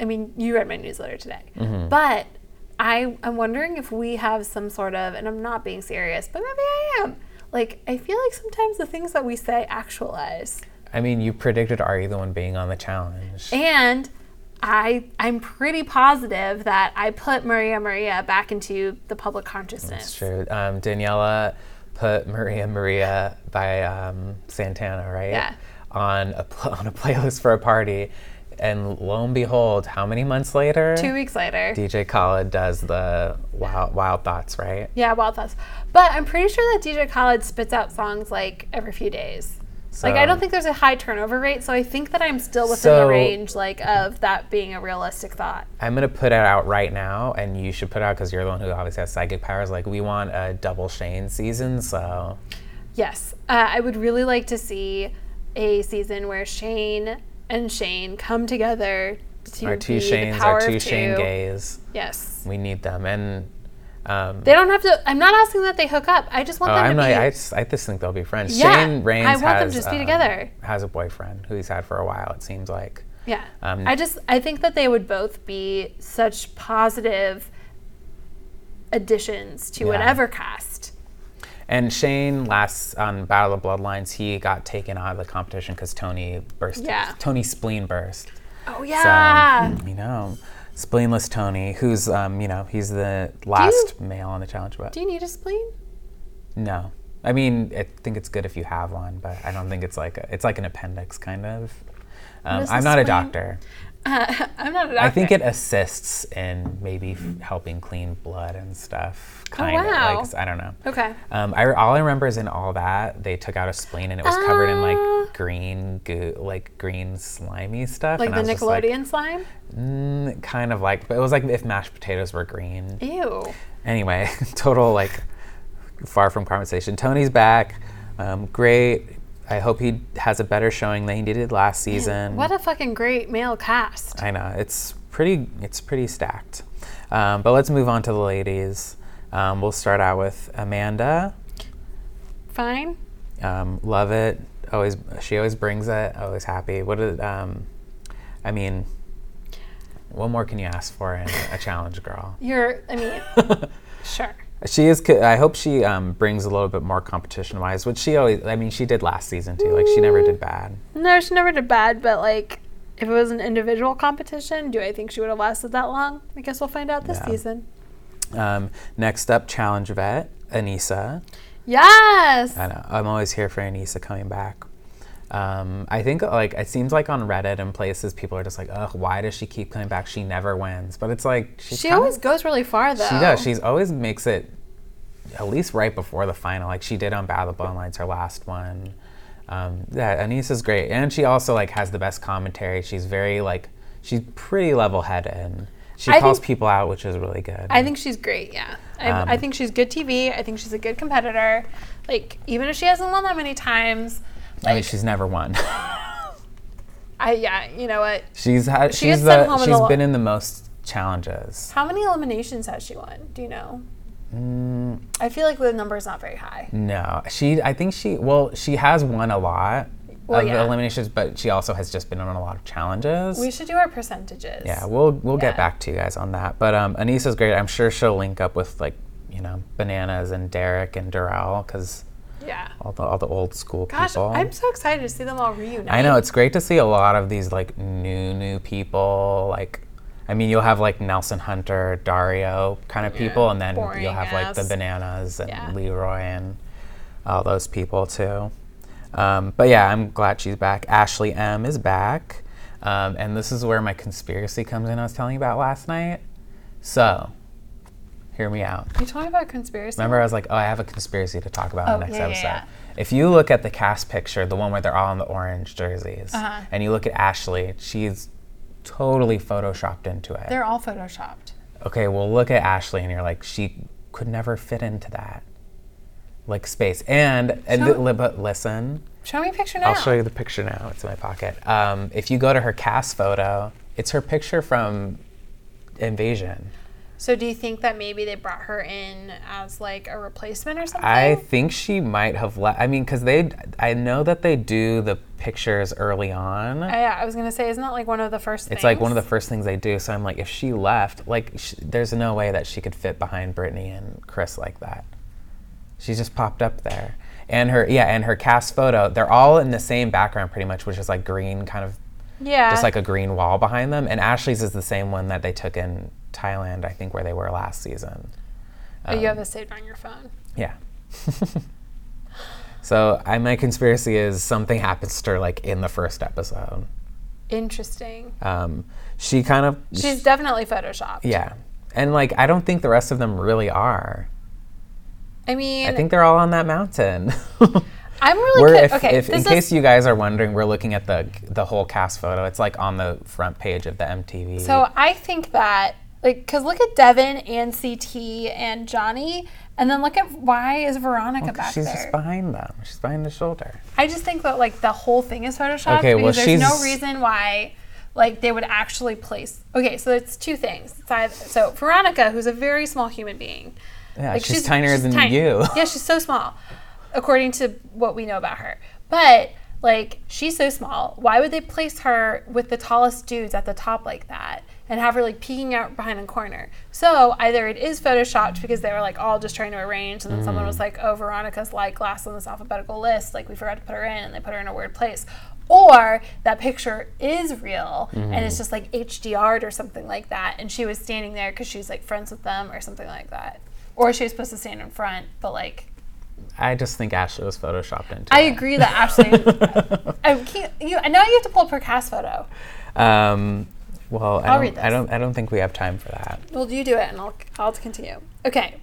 Speaker 1: I mean, you read my newsletter today, but I I'm wondering if we have some sort of, and I'm not being serious, but maybe I am. Like, I feel like sometimes the things that we say actualize,
Speaker 2: I mean, you predicted Are You the One being on the challenge.
Speaker 1: and I I'm pretty positive that I put Maria Maria back into the public
Speaker 2: It's
Speaker 1: consciousness.
Speaker 2: true. Um, Daniela put Maria Maria by um, Santana, right?
Speaker 1: Yeah.
Speaker 2: On a, pl- on a playlist for a party. And lo and behold, how many months later?
Speaker 1: Two weeks later,
Speaker 2: DJ Khaled does the wild, wild Thoughts, right?
Speaker 1: yeah, Wild Thoughts. But I'm pretty sure that DJ Khaled spits out songs like every few days.
Speaker 2: So,
Speaker 1: Like I don't think there's a high turnover rate, so I think that I'm still within the
Speaker 2: So-
Speaker 1: range like of that being a realistic thought.
Speaker 2: I'm going to put it out right now, and you should put it out because you're the one who obviously has psychic powers. Like, we want a double Shane season, so.
Speaker 1: Yes, uh, I would really like to see a season where Shane and Shane come together to
Speaker 2: Our two
Speaker 1: be
Speaker 2: Shanes,
Speaker 1: the power
Speaker 2: our two
Speaker 1: of
Speaker 2: Shane
Speaker 1: two.
Speaker 2: gays.
Speaker 1: Yes,
Speaker 2: We need them. And. Um,
Speaker 1: they don't have to. I'm not asking that they hook up. I just want
Speaker 2: Oh,
Speaker 1: them
Speaker 2: I'm
Speaker 1: to
Speaker 2: not.
Speaker 1: be.
Speaker 2: I just, I just think they'll be friends.
Speaker 1: Yeah,
Speaker 2: Shane Rains
Speaker 1: I want them
Speaker 2: has,
Speaker 1: to just be
Speaker 2: um,
Speaker 1: together.
Speaker 2: Has a boyfriend who he's had for a while. It seems like.
Speaker 1: yeah,
Speaker 2: um,
Speaker 1: I just I think that they would both be such positive additions to
Speaker 2: Yeah.
Speaker 1: whatever cast.
Speaker 2: And Shane last on Battle of the Bloodlines, he got taken out of the competition because Tony burst.
Speaker 1: Yeah.
Speaker 2: Tony's spleen burst.
Speaker 1: Oh
Speaker 2: So,
Speaker 1: yeah.
Speaker 2: you know, spleenless Tony, who's um, you know, he's the last male on the challenge, but
Speaker 1: Do you need a spleen?
Speaker 2: no. I mean, I think it's good if you have one, but I don't think it's like a, it's like an appendix kind of. Um,
Speaker 1: is a
Speaker 2: I'm not a
Speaker 1: spleen?
Speaker 2: doctor.
Speaker 1: Uh, I'm not a doctor.
Speaker 2: I think it assists in maybe f- helping clean blood and stuff. Kind
Speaker 1: Oh, wow.
Speaker 2: of. Like, I don't know.
Speaker 1: Okay.
Speaker 2: Um, I, all I remember is in all that they took out a spleen and it was covered in
Speaker 1: Ah.
Speaker 2: like green goo, like green slimy stuff.
Speaker 1: Like
Speaker 2: and
Speaker 1: the
Speaker 2: I was just like,
Speaker 1: Nickelodeon slime.
Speaker 2: mm, kind of like, but it was like if mashed potatoes were green.
Speaker 1: Ew.
Speaker 2: Anyway, total like far from conversation. Tony's back. Um, great. I hope he has a better showing than he did last season.
Speaker 1: What a fucking great male cast.
Speaker 2: Um, I know it's pretty. It's pretty stacked. Um, but let's move on to the ladies. Um, we'll start out with Amanda.
Speaker 1: Fine.
Speaker 2: Um, love it. Always, she always brings it. Always happy. What did? Um, I mean, what more can you ask for in a challenge girl?
Speaker 1: You're. I mean, sure.
Speaker 2: She is. co- I hope she um, brings a little bit more competition wise, which she always. I mean, she did last season too. Like she never did bad.
Speaker 1: No, she never did bad, but like, if it was an individual competition, do I think she would have lasted that long? I guess we'll find out this
Speaker 2: Yeah.
Speaker 1: season.
Speaker 2: Um, next up, challenge vet Anissa.
Speaker 1: Yes.
Speaker 2: I know. I'm always here for Anissa coming back. Um, I think like it seems like on Reddit and places people are just like, ugh, why does she keep coming back? She never wins. But it's like she's
Speaker 1: She
Speaker 2: kinda-
Speaker 1: always goes really far though.
Speaker 2: She does. She's always makes it at least right before the final, like she did on Battle of the Bloodlines, her last one. Um, yeah, Anissa's great, and she also like has the best commentary. She's very like she's pretty level-headed. She
Speaker 1: I
Speaker 2: calls
Speaker 1: think-
Speaker 2: people out, which is really good.
Speaker 1: I think she's great. Yeah, I,
Speaker 2: Um,
Speaker 1: I think she's good TV. I think she's a good competitor. Like even if she hasn't won that many times,
Speaker 2: I mean, she's never won.
Speaker 1: I yeah, you know what?
Speaker 2: she's had.
Speaker 1: She
Speaker 2: she's
Speaker 1: gets sent
Speaker 2: the.
Speaker 1: home in
Speaker 2: She's
Speaker 1: a lo-
Speaker 2: been in the most challenges.
Speaker 1: How many eliminations has she won? Do you know?
Speaker 2: Mm.
Speaker 1: I feel like the number is not very high.
Speaker 2: No, she. I think she. Well, she has won a lot
Speaker 1: Well,
Speaker 2: of
Speaker 1: yeah.
Speaker 2: eliminations, but she also has just been on a lot of challenges.
Speaker 1: We should do our percentages.
Speaker 2: Yeah, we'll we'll
Speaker 1: Yeah.
Speaker 2: get back to you guys on that. But um, Anissa's great. I'm sure she'll link up with like you know bananas and Derek and Durrell because
Speaker 1: Yeah.
Speaker 2: all the all the old school
Speaker 1: Gosh,
Speaker 2: people.
Speaker 1: I'm so excited to see them all reunite.
Speaker 2: I know it's great to see a lot of these like new new people. Like, I mean, you'll have like Nelson Hunter, Dario kind of people, and then
Speaker 1: boring
Speaker 2: you'll have like the
Speaker 1: ass.
Speaker 2: bananas and
Speaker 1: Yeah.
Speaker 2: Leroy and all those people too. Um, but yeah, I'm glad she's back. Ashley M is back, um, and this is where my conspiracy comes in. I was telling you about last night. So, hear me out.
Speaker 1: You told me about conspiracy.
Speaker 2: Remember, I was like, oh, I have a conspiracy to talk about in the
Speaker 1: Oh,
Speaker 2: next
Speaker 1: yeah, yeah,
Speaker 2: episode.
Speaker 1: yeah.
Speaker 2: If you look at the cast picture, the one where they're all in the orange jerseys,
Speaker 1: Uh-huh.
Speaker 2: and you look at Ashley, she's totally photoshopped into it.
Speaker 1: They're all photoshopped.
Speaker 2: okay, well, look at Ashley, and you're like, she could never fit into that like space. And, and
Speaker 1: Sure.
Speaker 2: li- but listen,
Speaker 1: Show me a picture now.
Speaker 2: I'll show you the picture now. It's in my pocket. Um, if you go to her cast photo, it's her picture from Invasion.
Speaker 1: So do you think that maybe they brought her in as like a replacement or something?
Speaker 2: I think she might have left. I mean, because they, I know that they do the pictures early on.
Speaker 1: Uh, yeah, I was gonna say, isn't that like one of the first things?
Speaker 2: it's like one of the first things they do. So I'm like, if she left, like, sh- there's no way that she could fit behind Brittany and Chris like that. She just popped up there, and her yeah, and her cast photo. They're all in the same background pretty much, which is like green, kind of
Speaker 1: yeah.
Speaker 2: just like a green wall behind them. And Ashley's is the same one that they took in Thailand, I think, where they were last season.
Speaker 1: But you have
Speaker 2: um,
Speaker 1: this saved on your phone.
Speaker 2: Yeah. so I, my conspiracy is something happens to her like in the first episode.
Speaker 1: Interesting.
Speaker 2: Um, she kind of
Speaker 1: She's definitely photoshopped.
Speaker 2: yeah, and like I don't think the rest of them really are.
Speaker 1: I mean,
Speaker 2: I think they're all on that mountain.
Speaker 1: I'm really
Speaker 2: we're
Speaker 1: ki-
Speaker 2: if,
Speaker 1: okay.
Speaker 2: if in
Speaker 1: this
Speaker 2: case
Speaker 1: is
Speaker 2: you guys are wondering, we're looking at the the whole cast photo. It's like on the front page of the MTV.
Speaker 1: so I think that like because look at Devin and CT and Johnny, and then look at why is Veronica back
Speaker 2: she's
Speaker 1: there?
Speaker 2: just behind them. She's behind the shoulder.
Speaker 1: I just think that like the whole thing is photoshopped
Speaker 2: Okay, well,
Speaker 1: because there's no
Speaker 2: she's-
Speaker 1: reason why like they would actually place. Okay, so it's two things. It's either, so Veronica, who's a very small human being,
Speaker 2: Yeah, she's tinier than you.
Speaker 1: Yeah, she's so small, according to what we know about her. But Like, she's so small. Why would they place her with the tallest dudes at the top like that and have her like peeking out behind a corner? So either it is photoshopped because they were like all just trying to arrange, and then someone
Speaker 2: Mm.
Speaker 1: was like, oh, Veronica's like last on this alphabetical list. Like, we forgot to put her in, and they put her in a weird place. Or that picture is real and
Speaker 2: Mm-hmm.
Speaker 1: it's just like HDR'd or something like that. And she was standing there because she was like friends with them or something like that. Or she was supposed to stand in front, but like
Speaker 2: I just think Ashley was photoshopped into.
Speaker 1: I
Speaker 2: it.
Speaker 1: agree that Ashley. I can't. You and now you have to pull up her cast photo.
Speaker 2: Um, well, I
Speaker 1: I'll
Speaker 2: don't,
Speaker 1: read this.
Speaker 2: I don't. I don't think we have time for that.
Speaker 1: Well, you do it, and I'll I'll continue. Okay.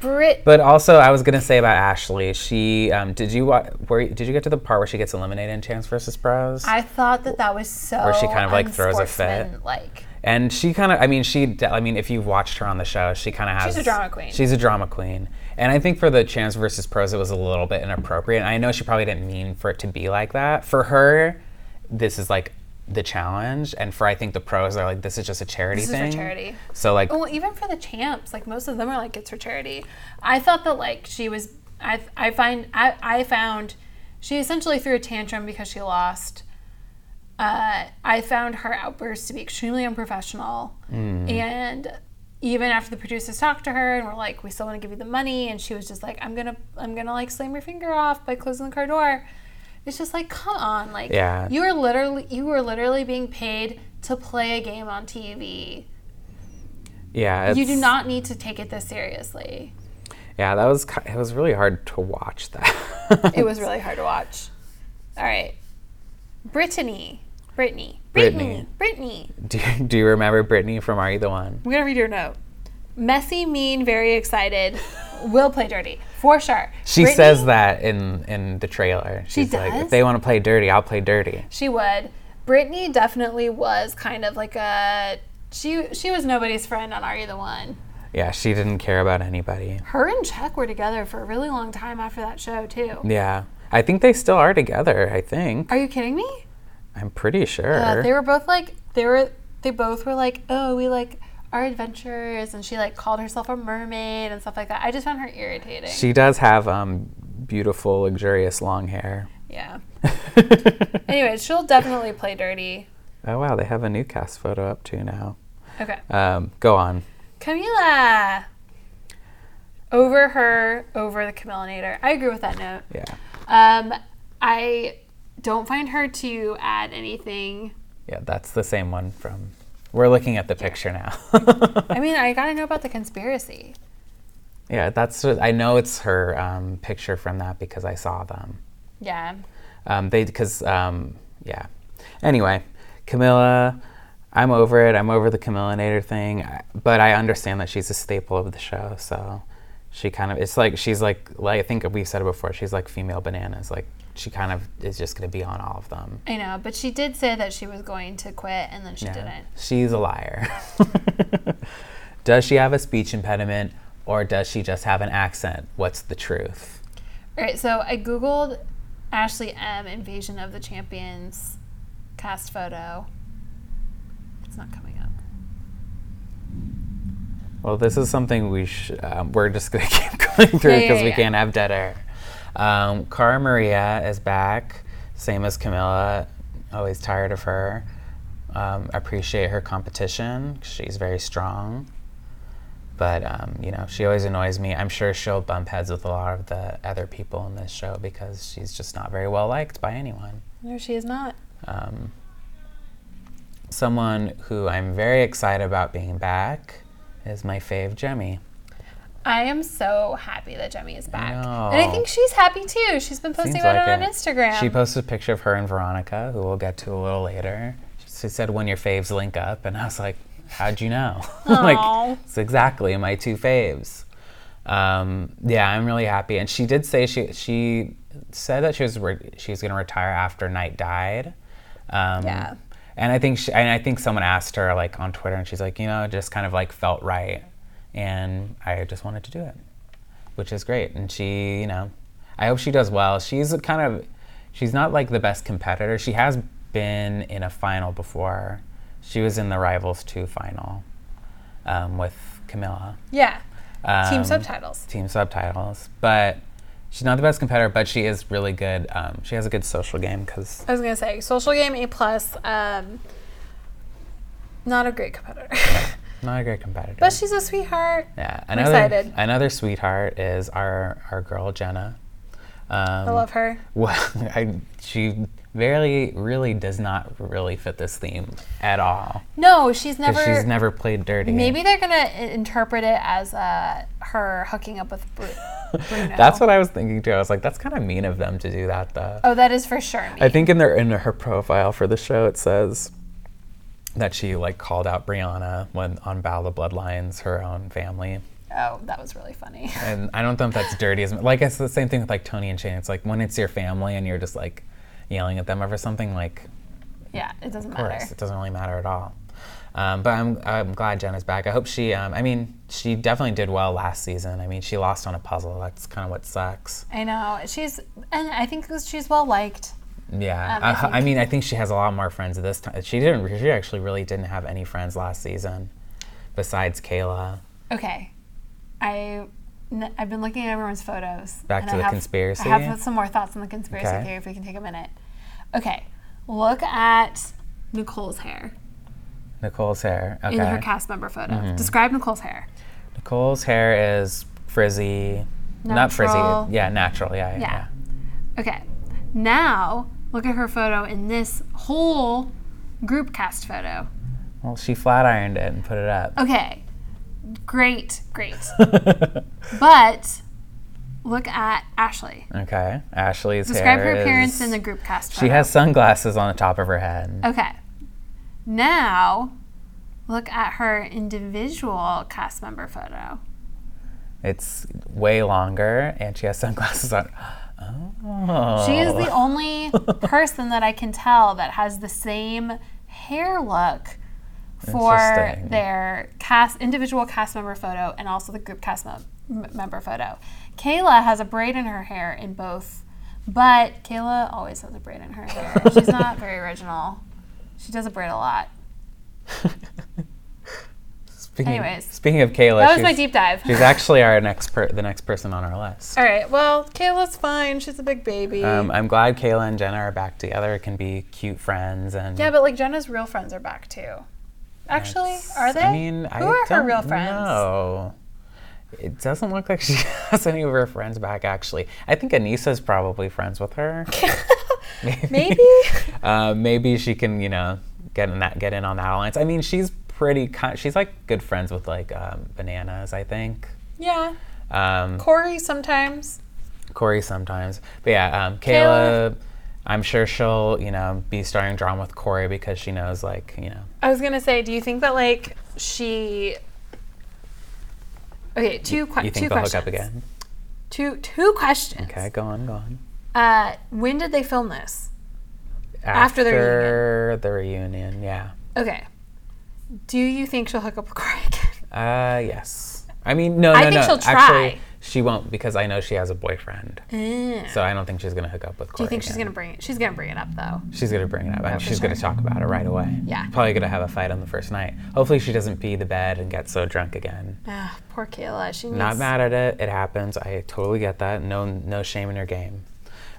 Speaker 1: Brit.
Speaker 2: But also, I was gonna say about Ashley. She um, did you wa- were you- did you get to the part where she gets eliminated in Chance versus Pros?
Speaker 1: I thought that that was so.
Speaker 2: Where she kind of, like, throws a fit.
Speaker 1: Like
Speaker 2: and she kind of. I mean, she. de- I mean, if you've watched her on the show, she kind of has.
Speaker 1: a drama queen.
Speaker 2: She's a drama queen, and I think for the Chance versus Pros, it was a little bit inappropriate. And I know she probably didn't mean for it to be like that. For her, this is like the challenge, and for I think the pros are like this is just a charity
Speaker 1: this is
Speaker 2: thing.
Speaker 1: for charity. Oh,
Speaker 2: So like
Speaker 1: Well, even for the champs, like most of them are like it's for charity. I thought that like she was. I I find I I found she essentially threw a tantrum because she lost. Uh, I found her outbursts to be extremely unprofessional,
Speaker 2: Mm-hmm.
Speaker 1: and even after the producers talked to her and were like, "We still want to give you the money," and she was just like, "I'm gonna I'm gonna like slam your finger off by closing the car door." It's just like, come on, like
Speaker 2: Yeah.
Speaker 1: you are literally you were literally being paid to play a game on TV.
Speaker 2: yeah,
Speaker 1: You do
Speaker 2: it's-
Speaker 1: not need to take it this seriously.
Speaker 2: Yeah, that was ki- it was really hard to watch that.
Speaker 1: It was really hard to watch. All right. Brittany. Brittany.
Speaker 2: Brittany.
Speaker 1: Brittany. Brittany.
Speaker 2: Do you, do you remember Brittany from Are You the One?
Speaker 1: I'm going to read your note. Messy, mean, very excited. Will play dirty. For sure.
Speaker 2: She
Speaker 1: Brittany,
Speaker 2: says that in in the trailer. She's like, if
Speaker 1: does?
Speaker 2: they want to play dirty, I'll play dirty.
Speaker 1: She would. Brittany definitely was kind of like a. She, she was nobody's friend on Are You the One.
Speaker 2: Yeah, she didn't care about anybody.
Speaker 1: Her and Chuck were together for a really long time after that show, too.
Speaker 2: Yeah, I think they still are together. I think
Speaker 1: Are you kidding me?
Speaker 2: I'm pretty sure.
Speaker 1: Uh, they were both like they were they both were like oh we like our adventures and she like called herself a mermaid and stuff like that. I just found her irritating.
Speaker 2: she does have um, beautiful, luxurious long hair.
Speaker 1: yeah. Anyways, she'll definitely play dirty.
Speaker 2: oh wow, they have a new cast photo up too now.
Speaker 1: Okay.
Speaker 2: Um, go on.
Speaker 1: Camila. Over her, over the Camillinator. I agree with that note.
Speaker 2: Yeah,
Speaker 1: Um, I don't find her to add anything.
Speaker 2: yeah, that's the same one from. We're looking at the picture now.
Speaker 1: I mean, I gotta know about the conspiracy.
Speaker 2: Yeah, that's. what- I know it's her um, picture from that because I saw them.
Speaker 1: Yeah.
Speaker 2: Um, they because um, yeah. Anyway, Camilla, I'm over it. I'm over the Camillinator thing, I- but I understand that she's a staple of the show, so she kind of it's like she's like like I think we've said it before. She's like female bananas. Like she kind of is just gonna be on all of them.
Speaker 1: I know, but she did say that she was going to quit and then she didn't.
Speaker 2: She's a liar. does she have a speech impediment or does she just have an accent? What's the truth?
Speaker 1: All right, so I googled Ashley M Invasion of the Champions cast photo. It's not coming up.
Speaker 2: Well, this is something we sh- um, we're just gonna keep going through because
Speaker 1: yeah,
Speaker 2: we
Speaker 1: yeah.
Speaker 2: can't have dead air. Um, Cara Maria is back, same as Camilla. Always tired of her. Um, appreciate her competition. She's very strong, but um, you know she always annoys me. I'm sure she'll bump heads with a lot of the other people in this show because she's just not very well liked by anyone
Speaker 1: No, she is not.
Speaker 2: um, someone who I'm very excited about being back is my fave Jemmy.
Speaker 1: I am so happy that Jemmy is back.
Speaker 2: know.
Speaker 1: And I think she's happy too. She's been posting
Speaker 2: Seems
Speaker 1: about
Speaker 2: like
Speaker 1: it on
Speaker 2: it.
Speaker 1: Instagram.
Speaker 2: She posted a picture of her and Veronica, who we'll get to a little later. She said, "When your faves link up," and I was like, "How'd you know?"
Speaker 1: Aw.
Speaker 2: like, it's exactly my two faves. Um, yeah, I'm really happy. And she did say she she said that she was re- she was going to retire after Knight died. Um,
Speaker 1: Yeah.
Speaker 2: And I think she, and I think someone asked her like on Twitter, and she's like, you know, it just kind of like felt right, and I just wanted to do it, which is great. And she, you know, I hope she does well. She's a kind of, she's not like the best competitor. She has been in a final before. She was in the Rivals Two final um, with Camilla.
Speaker 1: yeah.
Speaker 2: Um,
Speaker 1: Team subtitles.
Speaker 2: Team subtitles, but She's not the best competitor, but she is really good. Um, she has a good social game because
Speaker 1: I was gonna say social game A plus. Um, not a great competitor,
Speaker 2: not a great competitor.
Speaker 1: but she's a sweetheart.
Speaker 2: yeah,
Speaker 1: I'm
Speaker 2: another
Speaker 1: excited.
Speaker 2: another sweetheart is our our girl Jenna. Um,
Speaker 1: I love her.
Speaker 2: Well, I, she barely really does not really fit this theme at all.
Speaker 1: No, she's never.
Speaker 2: 'Cause she's never played dirty.
Speaker 1: Maybe they're gonna i- interpret it as uh, her hooking up with Bru- Bruno.
Speaker 2: That's what I was thinking too. I was like, that's kind of mean of them to do that, though.
Speaker 1: Oh, that is for sure. Me.
Speaker 2: I think in their in her profile for the show it says that she like called out Brianna when on Bow the Bloodlines, her own family.
Speaker 1: oh, that was really funny.
Speaker 2: And I don't think that's dirty as mu- like it's the same thing with like Tony and Shane. It's like when it's your family and you're just like yelling at them over something, like
Speaker 1: yeah, it doesn't
Speaker 2: of
Speaker 1: matter.
Speaker 2: course it doesn't really matter at all. Um, but I'm I'm glad Jenna's back. I hope she. Um, I mean, she definitely did well last season. I mean, she lost on a puzzle. That's kind of what sucks.
Speaker 1: I know she's, and I think she's well liked.
Speaker 2: Yeah,
Speaker 1: Um, I
Speaker 2: I, I
Speaker 1: think-
Speaker 2: mean, I think she has a lot more friends this time. She didn't. She actually really didn't have any friends last season, besides Kayla.
Speaker 1: Okay, I n- I've been looking at everyone's photos.
Speaker 2: Back
Speaker 1: and
Speaker 2: to
Speaker 1: I
Speaker 2: the
Speaker 1: have,
Speaker 2: conspiracy?
Speaker 1: I have some more thoughts on the conspiracy
Speaker 2: Okay.
Speaker 1: theory if we can take a minute. Okay, look at Nicole's hair
Speaker 2: Nicole's hair. Okay. Mm-hmm.
Speaker 1: in her cast member photo. Describe Nicole's hair.
Speaker 2: Nicole's hair is frizzy. Not
Speaker 1: Natural.
Speaker 2: frizzy. Yeah, natural. Yeah, yeah.
Speaker 1: Yeah. Okay, now look at her photo in this whole group cast photo.
Speaker 2: yeah. Well, she flat ironed it and put it up.
Speaker 1: Okay, great, great. but look at Ashley.
Speaker 2: okay. Ashley's
Speaker 1: Describe
Speaker 2: hair
Speaker 1: her appearance
Speaker 2: is-
Speaker 1: in the group cast photo.
Speaker 2: She has sunglasses on the top of her head.
Speaker 1: Okay. Now, look at her individual cast member photo.
Speaker 2: It's way longer, and she has sunglasses on. Oh.
Speaker 1: She is the only person that I can tell that has the same hair look for
Speaker 2: Interesting.
Speaker 1: their cast individual cast member photo and also the group cast mem- m- member photo. Kayla has a braid in her hair in both, but Kayla always has a braid in her hair. She's not very original. She does a braid a lot.
Speaker 2: Oh. Speaking,
Speaker 1: Anyways.
Speaker 2: speaking of Kayla,
Speaker 1: That was my
Speaker 2: she's-
Speaker 1: deep dive.
Speaker 2: She's actually our next per- the next person on our list.
Speaker 1: All right. Well, Kayla's fine. She's a big baby.
Speaker 2: Um, I'm glad Kayla and Jenna are back together. It can be cute friends and
Speaker 1: Yeah, but like Jenna's real friends are back too. Actually, are they?
Speaker 2: I mean,
Speaker 1: who
Speaker 2: I
Speaker 1: are
Speaker 2: don't
Speaker 1: her real friends?
Speaker 2: know. It doesn't look like she has any of her friends back. Actually, I think Anissa's probably friends with her.
Speaker 1: Maybe.
Speaker 2: uh, maybe she can, you know, get in that get in on that alliance. I mean, she's pretty. Con- she's like good friends with like um, bananas. I think.
Speaker 1: yeah,
Speaker 2: Um,
Speaker 1: Corey sometimes.
Speaker 2: Corey sometimes. But yeah, um,
Speaker 1: Kayla-
Speaker 2: Kayla, I'm sure she'll, you know, be starting drama with Corey because she knows, like, you know,
Speaker 1: I was gonna say, do you think that like she? Okay, two que-
Speaker 2: you
Speaker 1: Uh, two
Speaker 2: think they'll hook
Speaker 1: questions.
Speaker 2: up again.
Speaker 1: Two two questions.
Speaker 2: Okay, go on, go on.
Speaker 1: Uh, when did they film this? After the
Speaker 2: After the reunion, yeah.
Speaker 1: Okay. Do you think she'll hook up with Corey again?
Speaker 2: Uh, yes. I mean, no, no,
Speaker 1: I think
Speaker 2: no.
Speaker 1: she'll try.
Speaker 2: Actually, she won't because I know she has a boyfriend.
Speaker 1: Eh.
Speaker 2: So I don't think she's gonna hook up with Corey.
Speaker 1: Do you think she's gonna bring it? She's gonna bring it up though.
Speaker 2: She's gonna bring it up. and
Speaker 1: for
Speaker 2: she's gonna
Speaker 1: sure.
Speaker 2: talk about it right away.
Speaker 1: Yeah.
Speaker 2: Probably gonna have a fight on the first night. Hopefully, she doesn't pee the bed and get so drunk again.
Speaker 1: Ah, poor Kayla. She needs.
Speaker 2: Not mad at it. It happens. I totally get that. No, no shame in your game.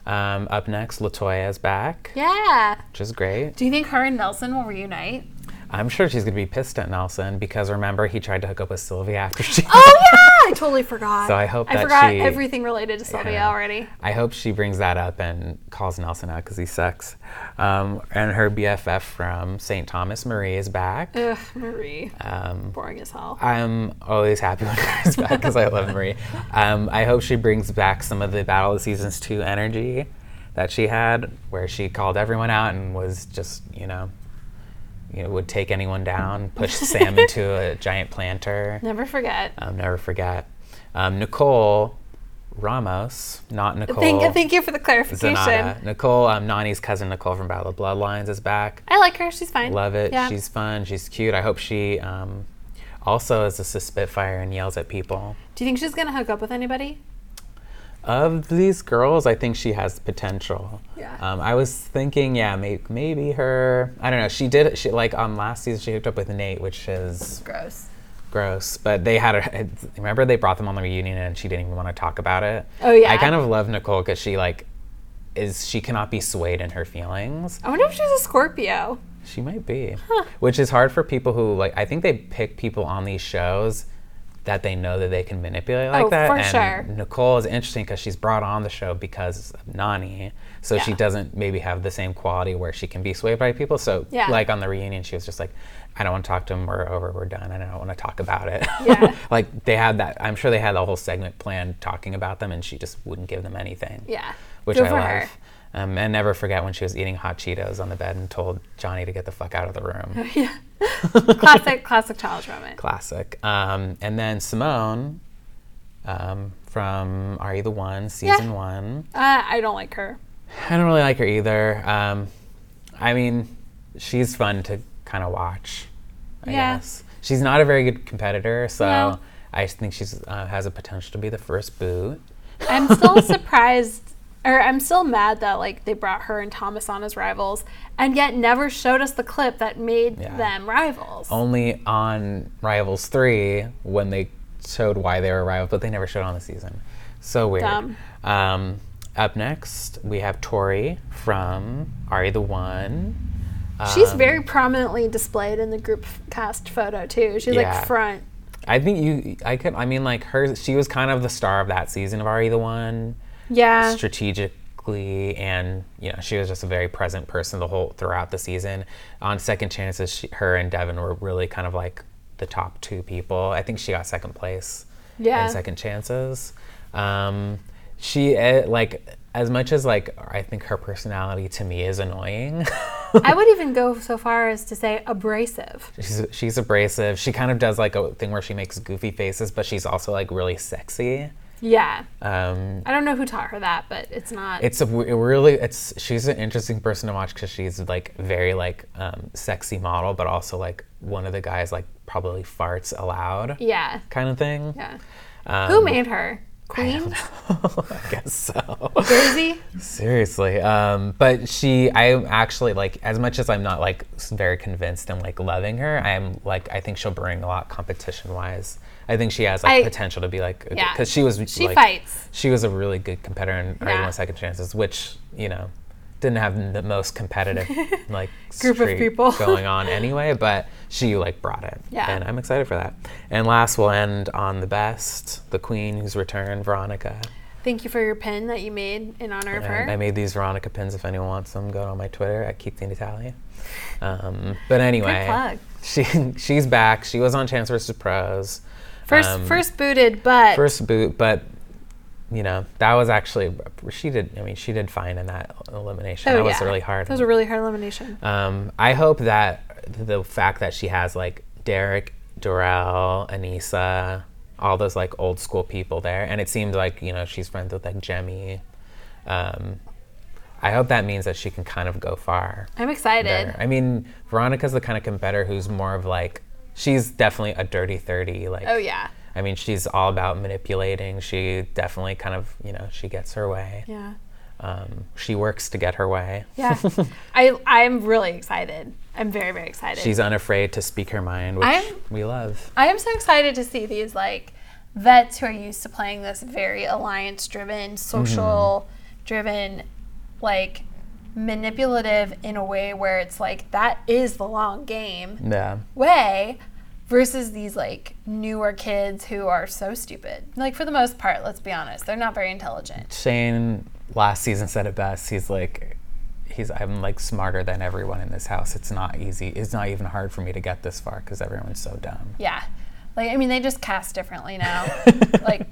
Speaker 2: Um, up next, Latoya is back,
Speaker 1: Yeah.
Speaker 2: which is great.
Speaker 1: Do you think her and Nelson will reunite?
Speaker 2: I'm sure she's gonna be pissed at Nelson because remember he tried to hook up with Sylvia after she.
Speaker 1: Oh yeah, I totally forgot.
Speaker 2: So I hope
Speaker 1: I
Speaker 2: that
Speaker 1: forgot
Speaker 2: she-
Speaker 1: everything related to Sylvia
Speaker 2: Yeah.
Speaker 1: already.
Speaker 2: I hope she brings that up and calls Nelson out because he sucks. Um, and her BFF from St. Thomas Marie is back.
Speaker 1: Ugh, Marie,
Speaker 2: Um,
Speaker 1: boring as hell.
Speaker 2: I'm always happy when Mary's back because I love Marie. Um, I hope she brings back some of the Battle of the Seasons 2 energy that she had, where she called everyone out and was just, you know, you know, would take anyone down, push Sam into a giant planter.
Speaker 1: Never forget.
Speaker 2: Um, never forget. Um, Nicole Ramos, not Nicole
Speaker 1: Thank, thank you for the clarification.
Speaker 2: Zanata. Nicole, um, Nani's cousin Nicole from Battle of the Bloodlines is back.
Speaker 1: I like her. She's fine.
Speaker 2: Love it.
Speaker 1: Yeah.
Speaker 2: She's fun. She's cute. I hope she um, also is just a spitfire and yells at people.
Speaker 1: Do you think she's gonna hook up with anybody?
Speaker 2: Of these girls, I think she has potential.
Speaker 1: Yeah.
Speaker 2: Um, I was thinking, yeah, may- maybe her. I don't know. She did. She like on last season. She hooked up with Nate, which is
Speaker 1: Gross.
Speaker 2: gross. But they had a. Remember they brought them on the reunion and she didn't even want to talk about it.
Speaker 1: Oh, yeah.
Speaker 2: I kind of love Nicole because she like is she cannot be swayed in her feelings.
Speaker 1: I wonder if she's a Scorpio.
Speaker 2: She might be, which is hard for people who like. I think they pick people on these shows that they know that they can manipulate like
Speaker 1: Oh,
Speaker 2: that.
Speaker 1: for
Speaker 2: and
Speaker 1: sure.
Speaker 2: Nicole is interesting because she's brought on the show because of Nani, so she
Speaker 1: Yeah.
Speaker 2: doesn't maybe have the same quality where she can be swayed by people. So
Speaker 1: Yeah.
Speaker 2: like on the reunion, she was just like, "I don't want to talk to him. We're over. We're done. I don't want to talk about it."
Speaker 1: Yeah.
Speaker 2: like they had that. I'm sure they had a whole segment planned talking about them, and she just wouldn't give them anything
Speaker 1: Yeah.
Speaker 2: which
Speaker 1: Good
Speaker 2: I
Speaker 1: for
Speaker 2: love.
Speaker 1: her.
Speaker 2: Um, and never forget when she was eating hot Cheetos on the bed and told Johnny to get the fuck out of the room.
Speaker 1: Classic, classic challenge moment.
Speaker 2: Classic. Um, and then Simone um, from Are You the One,
Speaker 1: Yeah.
Speaker 2: season one.
Speaker 1: Uh, I don't like her.
Speaker 2: I don't really like her either. Um, I mean, she's fun to kind of watch, I
Speaker 1: Yeah.
Speaker 2: guess. She's not a very good competitor, so
Speaker 1: No.
Speaker 2: I think she's uh, has a potential to be the first boot.
Speaker 1: I'm still surprised, or I'm still mad that like they brought her and Thomas on as rivals, and yet never showed us the clip that made
Speaker 2: Yeah. Oh,
Speaker 1: them rivals.
Speaker 2: only on Rivals 3 when they showed why they were rivals, but they never showed on the season. So weird.
Speaker 1: Dumb.
Speaker 2: Um, up next, we have Tori from Ari the One.
Speaker 1: She's
Speaker 2: um,
Speaker 1: very prominently displayed in the group f- cast photo too. She's
Speaker 2: Yeah.
Speaker 1: like front.
Speaker 2: I think you, I could, I mean, like her, she was kind of the star of that season of Ari the One
Speaker 1: Yeah.
Speaker 2: strategically, and you know, she was just a very present person the whole throughout the season. On Second Chances, she, her and Devin were really kind of like the top two people. I think she got second place.
Speaker 1: Yeah.
Speaker 2: and second chances. Um, she eh, like as much as like I think her personality to me is annoying.
Speaker 1: I would even go so far as to say abrasive.
Speaker 2: she's, she's abrasive. She kind of does like a thing where she makes goofy faces, but she's also like really sexy.
Speaker 1: Yeah.
Speaker 2: Um,
Speaker 1: I don't know who taught her that, but it's not.
Speaker 2: it's a w- it really it's she's an interesting person to watch because she's like very like um, sexy model, but also like one of the guys like probably farts aloud
Speaker 1: yeah.
Speaker 2: kind of thing.
Speaker 1: Yeah.
Speaker 2: Um,
Speaker 1: Who made her? Queen?
Speaker 2: I guess so.
Speaker 1: Jersey?
Speaker 2: Seriously, um, but she, I am actually like, as much as I'm not like s- very convinced and like loving her, I'm like, I think she'll bring a lot competition wise. I think she has like
Speaker 1: I-
Speaker 2: potential to be like, because
Speaker 1: Yeah.
Speaker 2: she was,
Speaker 1: She
Speaker 2: like,
Speaker 1: fights.
Speaker 2: She was a really good competitor in her
Speaker 1: Yeah.
Speaker 2: yeah. second chances, which you know, didn't have the most competitive like
Speaker 1: Group of
Speaker 2: streak
Speaker 1: people.
Speaker 2: going on anyway. But she like brought it,
Speaker 1: Yeah.
Speaker 2: and I'm excited for that. And last, we'll end on the best, the queen who's returned, Veronica.
Speaker 1: Thank you for your pin that you made in honor of
Speaker 2: Um, I
Speaker 1: her.
Speaker 2: made these Veronica pins. If anyone wants them, go on my Twitter at Keep the Italia. Um, but anyway,
Speaker 1: plug.
Speaker 2: she she's back. She was on Chance vs. Pros.
Speaker 1: First,
Speaker 2: um,
Speaker 1: first booted, but
Speaker 2: First boot, but you know that was actually she did. I mean, she did fine in that elimination.
Speaker 1: Oh,
Speaker 2: that was
Speaker 1: yeah.
Speaker 2: really hard.
Speaker 1: that was a really hard elimination.
Speaker 2: um, I hope that the fact that she has like Derek, Dorel, Anissa, all those like old school people there, and it seemed like you know she's friends with like Jemmy. Um, I hope that means that she can kind of go far.
Speaker 1: I'm excited.
Speaker 2: Uh, there. I mean, Veronica's the kind of competitor who's more of like she's definitely a dirty thirty. Like,
Speaker 1: Oh yeah.
Speaker 2: I mean, she's all about manipulating. She definitely kind of you know she gets her way.
Speaker 1: Yeah.
Speaker 2: Um, she works to get her way.
Speaker 1: Yeah. I I'm really excited. I'm very very excited.
Speaker 2: She's unafraid to speak her mind, which
Speaker 1: I'm-
Speaker 2: we love.
Speaker 1: I am so excited to see these like vets who are used to playing this very alliance driven, social driven, like manipulative in a way where it's like that is the long game
Speaker 2: Yeah.
Speaker 1: way versus these like newer kids who are so stupid. Like for the most part, let's be honest, they're not very intelligent.
Speaker 2: Shane last season said it best. He's like, he's I'm like smarter than everyone in this house. It's not easy. It's not even hard for me to get this far because everyone's so dumb.
Speaker 1: Yeah. Like I mean they just cast differently now. like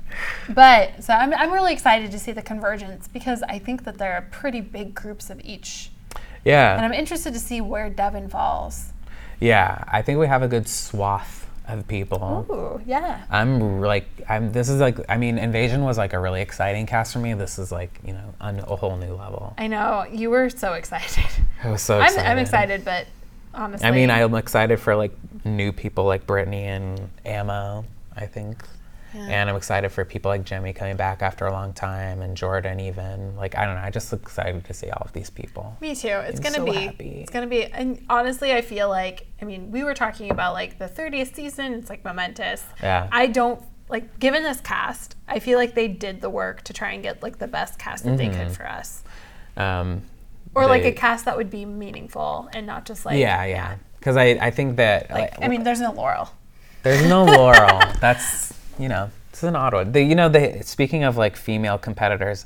Speaker 1: but so I'm I'm really excited to see the convergence because I think that there are pretty big groups of each And
Speaker 2: Yeah.
Speaker 1: I'm interested to see where Devin falls.
Speaker 2: Yeah. I think we have a good swath of people.
Speaker 1: Ooh, yeah.
Speaker 2: I'm like, I'm. This is like, I mean, Invasion was like a really exciting cast for me. This is like, you know, on a whole new level.
Speaker 1: I know. You were so excited.
Speaker 2: I was so
Speaker 1: I'm,
Speaker 2: excited.
Speaker 1: I'm excited, but honestly.
Speaker 2: I mean, I'm excited for like new people like Brittany and Ammo. I think And I'm excited for people like Jimmy coming back after a long time and Jordan even. Like I don't know, I just excited to see all of these people.
Speaker 1: Me too. It's
Speaker 2: I'm
Speaker 1: gonna
Speaker 2: so
Speaker 1: be.
Speaker 2: happy.
Speaker 1: It's gonna be. And honestly, I feel like. I mean, we were talking about like the 30th season. It's like momentous.
Speaker 2: Yeah.
Speaker 1: I don't like given this cast. I feel like they did the work to try and get like the best cast that they could for us,
Speaker 2: Um,
Speaker 1: or like a
Speaker 2: Mm-hmm. they-
Speaker 1: cast that would be meaningful and not just like.
Speaker 2: Yeah, yeah. Because I, I think that
Speaker 1: Like,
Speaker 2: like,
Speaker 1: I mean, there's no Laurel.
Speaker 2: There's no Laurel. That's you know, it's an odd one. The, you know, they speaking of like female competitors,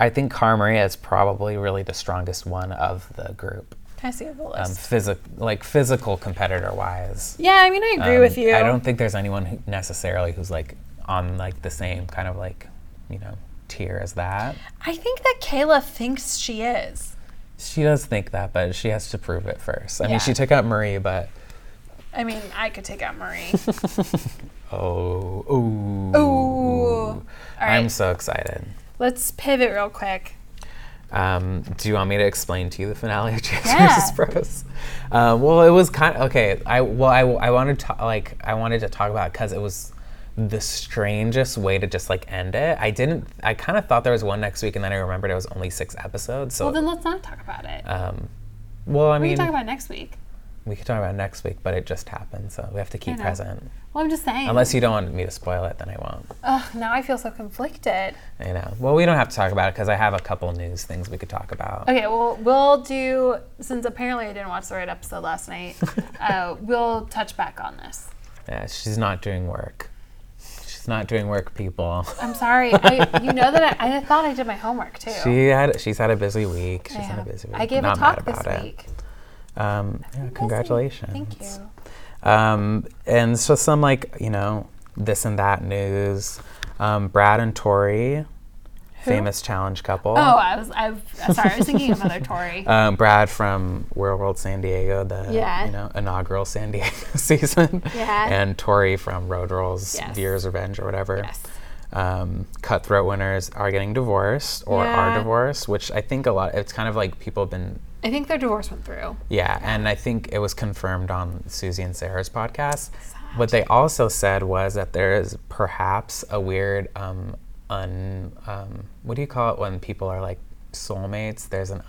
Speaker 2: I think Carmaria is probably really the strongest one of the group,
Speaker 1: Can I see the
Speaker 2: um,
Speaker 1: list?
Speaker 2: physic like physical competitor wise.
Speaker 1: yeah, I mean, I agree with you.
Speaker 2: um, I don't think there's anyone who necessarily who's like on like the same kind of like you know tier as that.
Speaker 1: I think that Kayla thinks she is.
Speaker 2: She does think that, but she has to prove it first. I
Speaker 1: Yeah.
Speaker 2: mean, she took out Marie, but
Speaker 1: I mean, I could take out Marie.
Speaker 2: oh, ooh,
Speaker 1: Ooh.
Speaker 2: I'm
Speaker 1: right.
Speaker 2: so excited.
Speaker 1: Let's pivot real quick.
Speaker 2: Um, do you want me to explain to you the finale of Chasers
Speaker 1: Yeah.
Speaker 2: Bros? Uh, well, it was kind of okay. I well, I, I wanted to like I wanted to talk about because it, was the strangest way to just like end it. I didn't. I kind of thought there was one next week, and then I remembered it was only six episodes. So,
Speaker 1: Well,
Speaker 2: well,
Speaker 1: then let's not talk about it.
Speaker 2: um, well I
Speaker 1: we
Speaker 2: mean,
Speaker 1: can talk about it next week.
Speaker 2: we could talk about it next week, but it just happened, so we have to keep
Speaker 1: know.
Speaker 2: present.
Speaker 1: Well, I'm just saying.
Speaker 2: Unless you don't want me to spoil it, then I won't.
Speaker 1: Ugh, now I feel so conflicted.
Speaker 2: You know. Well, we don't have to talk about it because I have a couple news things we could talk about.
Speaker 1: Okay, well, we'll do since apparently I didn't watch the right episode last night. uh, we'll touch back on this.
Speaker 2: Yeah, she's not doing work. She's not doing work, people.
Speaker 1: I'm sorry. I, you know that I, I thought I did my homework too.
Speaker 2: She had she's had a busy week. She's
Speaker 1: I,
Speaker 2: had a
Speaker 1: have-
Speaker 2: busy week.
Speaker 1: I gave
Speaker 2: Not
Speaker 1: a talk
Speaker 2: mad about
Speaker 1: this
Speaker 2: it.
Speaker 1: week.
Speaker 2: Um, yeah,
Speaker 1: busy.
Speaker 2: congratulations.
Speaker 1: Thank you.
Speaker 2: Um, and it's just some like you know this and that news. Um, Brad and Tori, famous challenge couple.
Speaker 1: Oh, I was. I was- sorry. I was thinking of another Tori.
Speaker 2: Um, Brad from Real World San Diego, the
Speaker 1: Yeah.
Speaker 2: you know inaugural San Diego season,
Speaker 1: Yeah.
Speaker 2: and Tori from Road Rules,
Speaker 1: Yes.
Speaker 2: Deer's Revenge or whatever.
Speaker 1: Yes.
Speaker 2: um, cutthroat winners are getting divorced or are
Speaker 1: Yeah.
Speaker 2: divorced, which I think a lot. It's kind of like people have been,
Speaker 1: I think their divorce went through.
Speaker 2: yeah. And I think it was confirmed on Susie and Sarah's podcast. What they also said was that there is perhaps a weird, um, un, um, what do you call it when people are like soulmates? There's an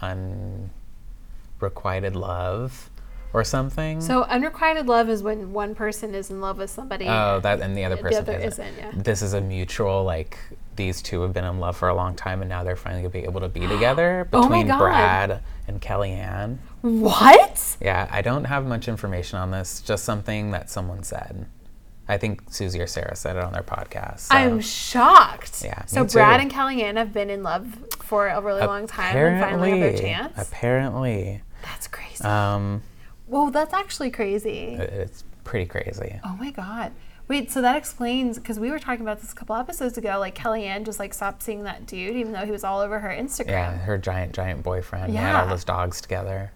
Speaker 2: unrequited love or something.
Speaker 1: So unrequited love is when one person is in love with somebody.
Speaker 2: Mm. Oh, that and the other person
Speaker 1: other
Speaker 2: isn't.
Speaker 1: isn't, yeah.
Speaker 2: This is a mutual like these two have been in love for a long time and now they're finally gonna be able to be together
Speaker 1: Oh my
Speaker 2: between
Speaker 1: God.
Speaker 2: Brad and Kellyanne.
Speaker 1: what?
Speaker 2: Yeah, I don't have much information on this. Just something that someone said. I think Susie or Sarah said it on their podcast. so
Speaker 1: I'm shocked.
Speaker 2: Oh. Yeah,
Speaker 1: So
Speaker 2: me
Speaker 1: Brad
Speaker 2: too.
Speaker 1: and Kellyanne have been in love for a really long time and finally have their
Speaker 2: apparently-
Speaker 1: chance.
Speaker 2: Apparently,
Speaker 1: That's crazy.
Speaker 2: um,
Speaker 1: Whoa, that's actually crazy.
Speaker 2: it- it's pretty crazy.
Speaker 1: Oh my god. Wait, so that explains because we were talking about this a couple episodes ago. Like Kellyanne just like stopped seeing that dude, even though he was all over her Instagram.
Speaker 2: Yeah, her giant, giant boyfriend. Yeah. They had all
Speaker 1: Yeah.
Speaker 2: those dogs together.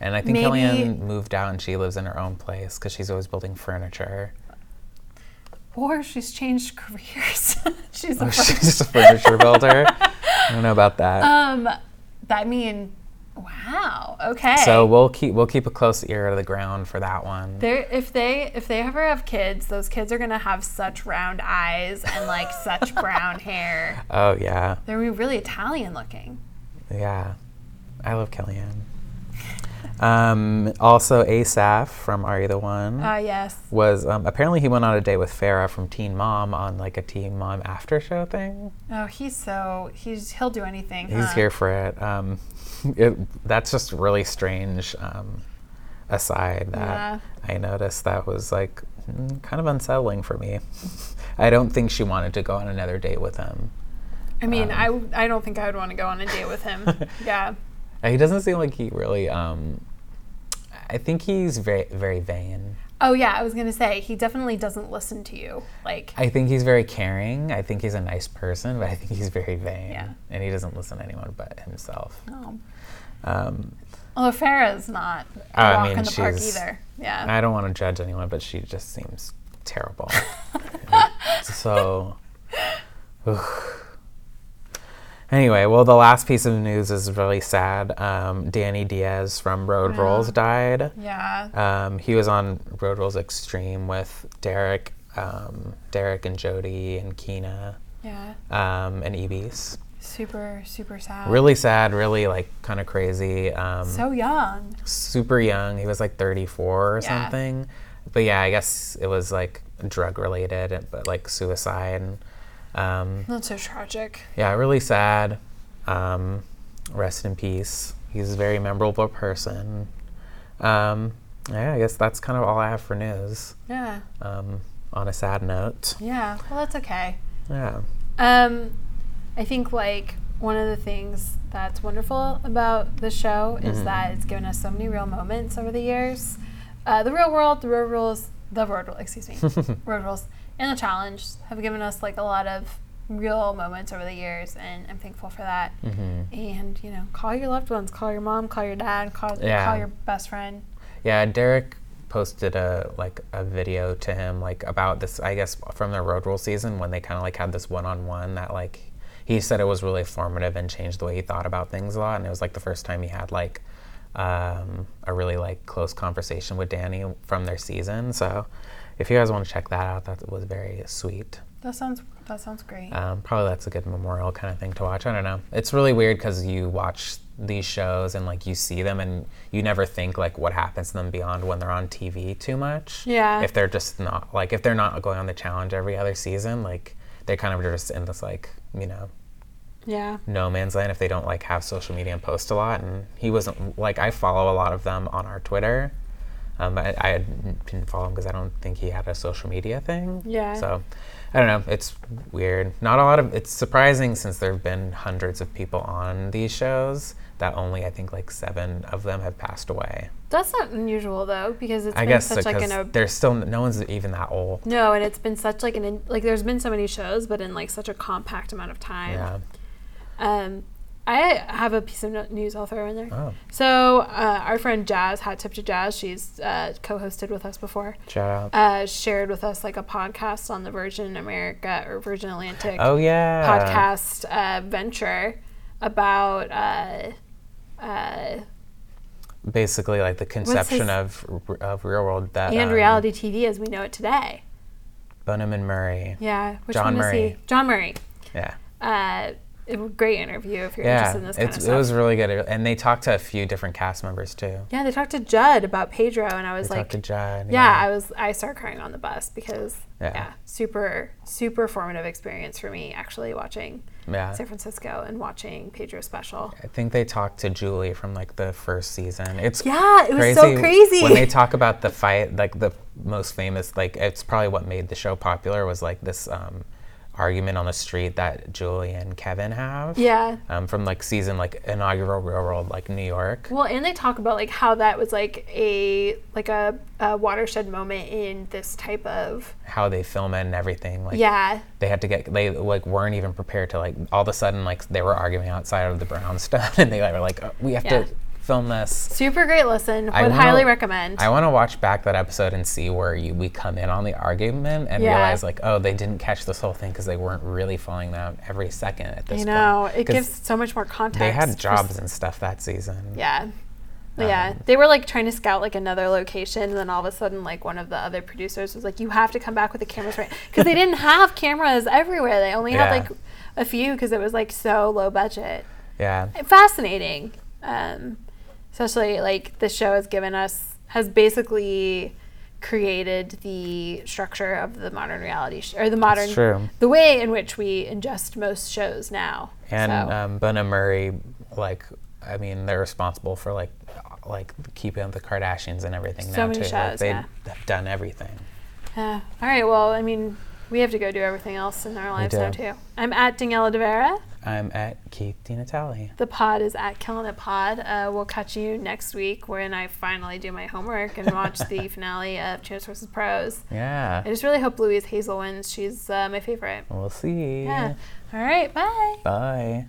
Speaker 2: And I think
Speaker 1: Maybe-
Speaker 2: Kellyanne moved out and she lives in her own place because she's always building furniture.
Speaker 1: Or she's changed careers. she's a
Speaker 2: She's just a furniture builder. I don't know about that.
Speaker 1: um. That mean, wow. Okay.
Speaker 2: so we'll keep we'll keep a close ear to the ground for that one.
Speaker 1: They're, if they if they ever have kids, those kids are gonna have such round eyes and like such brown hair.
Speaker 2: Oh yeah,
Speaker 1: They're gonna be really Italian looking.
Speaker 2: yeah. I love Kellyanne. Um, also, Asaf from Are You the One?
Speaker 1: Ah yes.
Speaker 2: was um, apparently he went on a date with Farah from Teen Mom on like a Teen Mom after show thing.
Speaker 1: Oh, he's so he's he'll do anything.
Speaker 2: He's
Speaker 1: huh?
Speaker 2: here for it. Um, it that's just really strange um, aside that I noticed that was like mm, kind of unsettling for me. I don't think she wanted to go on another date with him.
Speaker 1: I mean,
Speaker 2: Uh-huh.
Speaker 1: I w- I don't think I would want to go on a date with him. yeah.
Speaker 2: Uh, He doesn't seem like he really. Um, I think he's very very vain.
Speaker 1: Oh yeah, I was gonna say he definitely doesn't listen to you. Like
Speaker 2: I think he's very caring. I think he's a nice person, but I think he's very vain.
Speaker 1: Yeah.
Speaker 2: And he doesn't listen to anyone but himself.
Speaker 1: no.
Speaker 2: Um,
Speaker 1: Although Farah's not a
Speaker 2: I
Speaker 1: walk
Speaker 2: mean,
Speaker 1: in the park
Speaker 2: she's-
Speaker 1: either. Yeah.
Speaker 2: I don't want to judge anyone, but she just seems terrible. so, oof. anyway, well, the last piece of news is really sad. Um, Danny Diaz from Road Rules died.
Speaker 1: yeah.
Speaker 2: Um, he was on Road Rules Extreme with Derek um, Derek and Jody and Keena
Speaker 1: Yeah.
Speaker 2: um, and Ebis.
Speaker 1: Super, super sad.
Speaker 2: Really sad, really like kind of crazy. Um,
Speaker 1: So young.
Speaker 2: super young. He was like 34 or
Speaker 1: Yeah.
Speaker 2: something. But yeah, I guess it was like drug related, but like suicide. Um,
Speaker 1: That's so tragic.
Speaker 2: yeah, really sad. Um, rest in peace. He's a very memorable person. Um, yeah, I guess that's kind of all I have for news.
Speaker 1: Yeah.
Speaker 2: Um, on a sad note,
Speaker 1: Yeah. Well, that's okay.
Speaker 2: yeah,
Speaker 1: Um, I think like one of the things that's wonderful about the show
Speaker 2: Mm-hmm.
Speaker 1: is that it's given us so many real moments over the years. Uh, the real world, the road rules, the road rule, excuse me, road rules, and the challenge have given us like a lot of real moments over the years, and I'm thankful for that. And you know, call your loved ones, call your mom, call your dad, call
Speaker 2: Yeah.
Speaker 1: call your best friend.
Speaker 2: yeah. Derek posted a like a video to him like about this. I guess from their road rule season when they kind of like had this one on one that like he said it was really formative and changed the way he thought about things a lot. And it was like the first time he had like um, a really like close conversation with Danny from their season. So if you guys want to check that out, that was very sweet.
Speaker 1: That sounds that sounds great.
Speaker 2: Um, probably that's a good memorial kind of thing to watch. I don't know. It's really weird because you watch these shows and like you see them and you never think like what happens to them beyond when they're on TV too much.
Speaker 1: Yeah.
Speaker 2: If they're just not like if they're not going on the challenge every other season, like they kind of are just in this like you know
Speaker 1: yeah.
Speaker 2: no man's land if they don't like have social media and post a lot. And he wasn't like I follow a lot of them on our Twitter. Um, I, I didn't follow him because I don't think he had a social media thing.
Speaker 1: Yeah.
Speaker 2: So I don't know. It's weird. Not a lot of. It's surprising since there have been hundreds of people on these shows that only I think like seven of them have passed away.
Speaker 1: That's not unusual though, because it's
Speaker 2: I
Speaker 1: been
Speaker 2: guess
Speaker 1: such like
Speaker 2: because
Speaker 1: an ob-
Speaker 2: there's still no one's even that old.
Speaker 1: No, and it's been such like an in, like there's been so many shows, but in like such a compact amount of time.
Speaker 2: Yeah.
Speaker 1: Um, I have a piece of no- news I'll throw in there.
Speaker 2: Oh,
Speaker 1: So uh, our friend Jazz, hat tip to Jazz, she's uh, co-hosted with us before.
Speaker 2: shout out.
Speaker 1: Uh, shared with us like a podcast on the Virgin America or Virgin Atlantic
Speaker 2: oh yeah.
Speaker 1: podcast uh, venture about uh, uh,
Speaker 2: Basically, like the conception
Speaker 1: his-
Speaker 2: of r- of real world that
Speaker 1: and
Speaker 2: um,
Speaker 1: reality TV as we know it today.
Speaker 2: Bonham and Murray.
Speaker 1: Yeah, which
Speaker 2: John
Speaker 1: one is he?
Speaker 2: Murray.
Speaker 1: John Murray.
Speaker 2: Yeah.
Speaker 1: Uh, it was a great interview if you're
Speaker 2: Yeah.
Speaker 1: interested in this kind
Speaker 2: It's,
Speaker 1: of
Speaker 2: it
Speaker 1: stuff.
Speaker 2: was really good. And they talked to a few different cast members too.
Speaker 1: yeah, they talked to Judd about Pedro, and I was
Speaker 2: They
Speaker 1: like,
Speaker 2: talked to John.
Speaker 1: yeah, I was I started crying on the bus because yeah,
Speaker 2: Yeah.
Speaker 1: super super formative experience for me actually watching
Speaker 2: Yeah.
Speaker 1: San Francisco and watching Pedro special.
Speaker 2: I think they talked to Julie from like the first season. It's
Speaker 1: Yeah, it was so crazy.
Speaker 2: when they talk about the fight. Like the most famous, like it's probably what made the show popular was like this um, argument on the street that Julie and Kevin have.
Speaker 1: Yeah.
Speaker 2: Um, from like season like inaugural Real World like New York.
Speaker 1: Well, and they talk about like how that was like a like a, a watershed moment in this type of
Speaker 2: How they film it and everything. Like
Speaker 1: yeah
Speaker 2: they had to get they like weren't even prepared to like all of a sudden like they were arguing outside of the brownstone and they like, were like oh, we have
Speaker 1: Yeah.
Speaker 2: to film this
Speaker 1: super great listen. Would
Speaker 2: I wanna-
Speaker 1: highly recommend.
Speaker 2: i want to watch back that episode and see where you, we come in on the argument and
Speaker 1: Yeah.
Speaker 2: realize like oh they didn't catch this whole thing because they weren't really falling down every second at this
Speaker 1: you know,
Speaker 2: point
Speaker 1: it
Speaker 2: 'Cause
Speaker 1: gives so much more context.
Speaker 2: they had
Speaker 1: for
Speaker 2: jobs and stuff that season
Speaker 1: Yeah. yeah.
Speaker 2: Um,
Speaker 1: They were like trying to scout like another location and then all of a sudden like one of the other producers was like you have to come back with the cameras right cuz they didn't have cameras everywhere. They only had
Speaker 2: Yeah.
Speaker 1: like a few cuz it was like so low budget.
Speaker 2: yeah
Speaker 1: Fascinating. Um especially like the show has given us has basically created the structure of the modern reality sh- or the modern
Speaker 2: true.
Speaker 1: the way in which we ingest most shows now.
Speaker 2: and
Speaker 1: So,
Speaker 2: um, Bunna Murray, like, I mean, they're responsible for like, like keeping up the Kardashians and everything
Speaker 1: So
Speaker 2: now
Speaker 1: many
Speaker 2: too.
Speaker 1: shows,
Speaker 2: like, they've
Speaker 1: yeah.
Speaker 2: done everything.
Speaker 1: Yeah. Uh, All right. Well, I mean, we have to go do everything else in our lives now
Speaker 2: do.
Speaker 1: too. I'm at Daniela De Vera.
Speaker 2: I'm at Keith Di Natale.
Speaker 1: The pod is at Killing It Pod. Uh, we'll catch you next week when I finally do my homework and watch the finale of Chance vs. Pros.
Speaker 2: Yeah.
Speaker 1: I just really hope Louise Hazel wins. She's uh, my favorite.
Speaker 2: We'll see.
Speaker 1: Yeah. All right. Bye.
Speaker 2: Bye.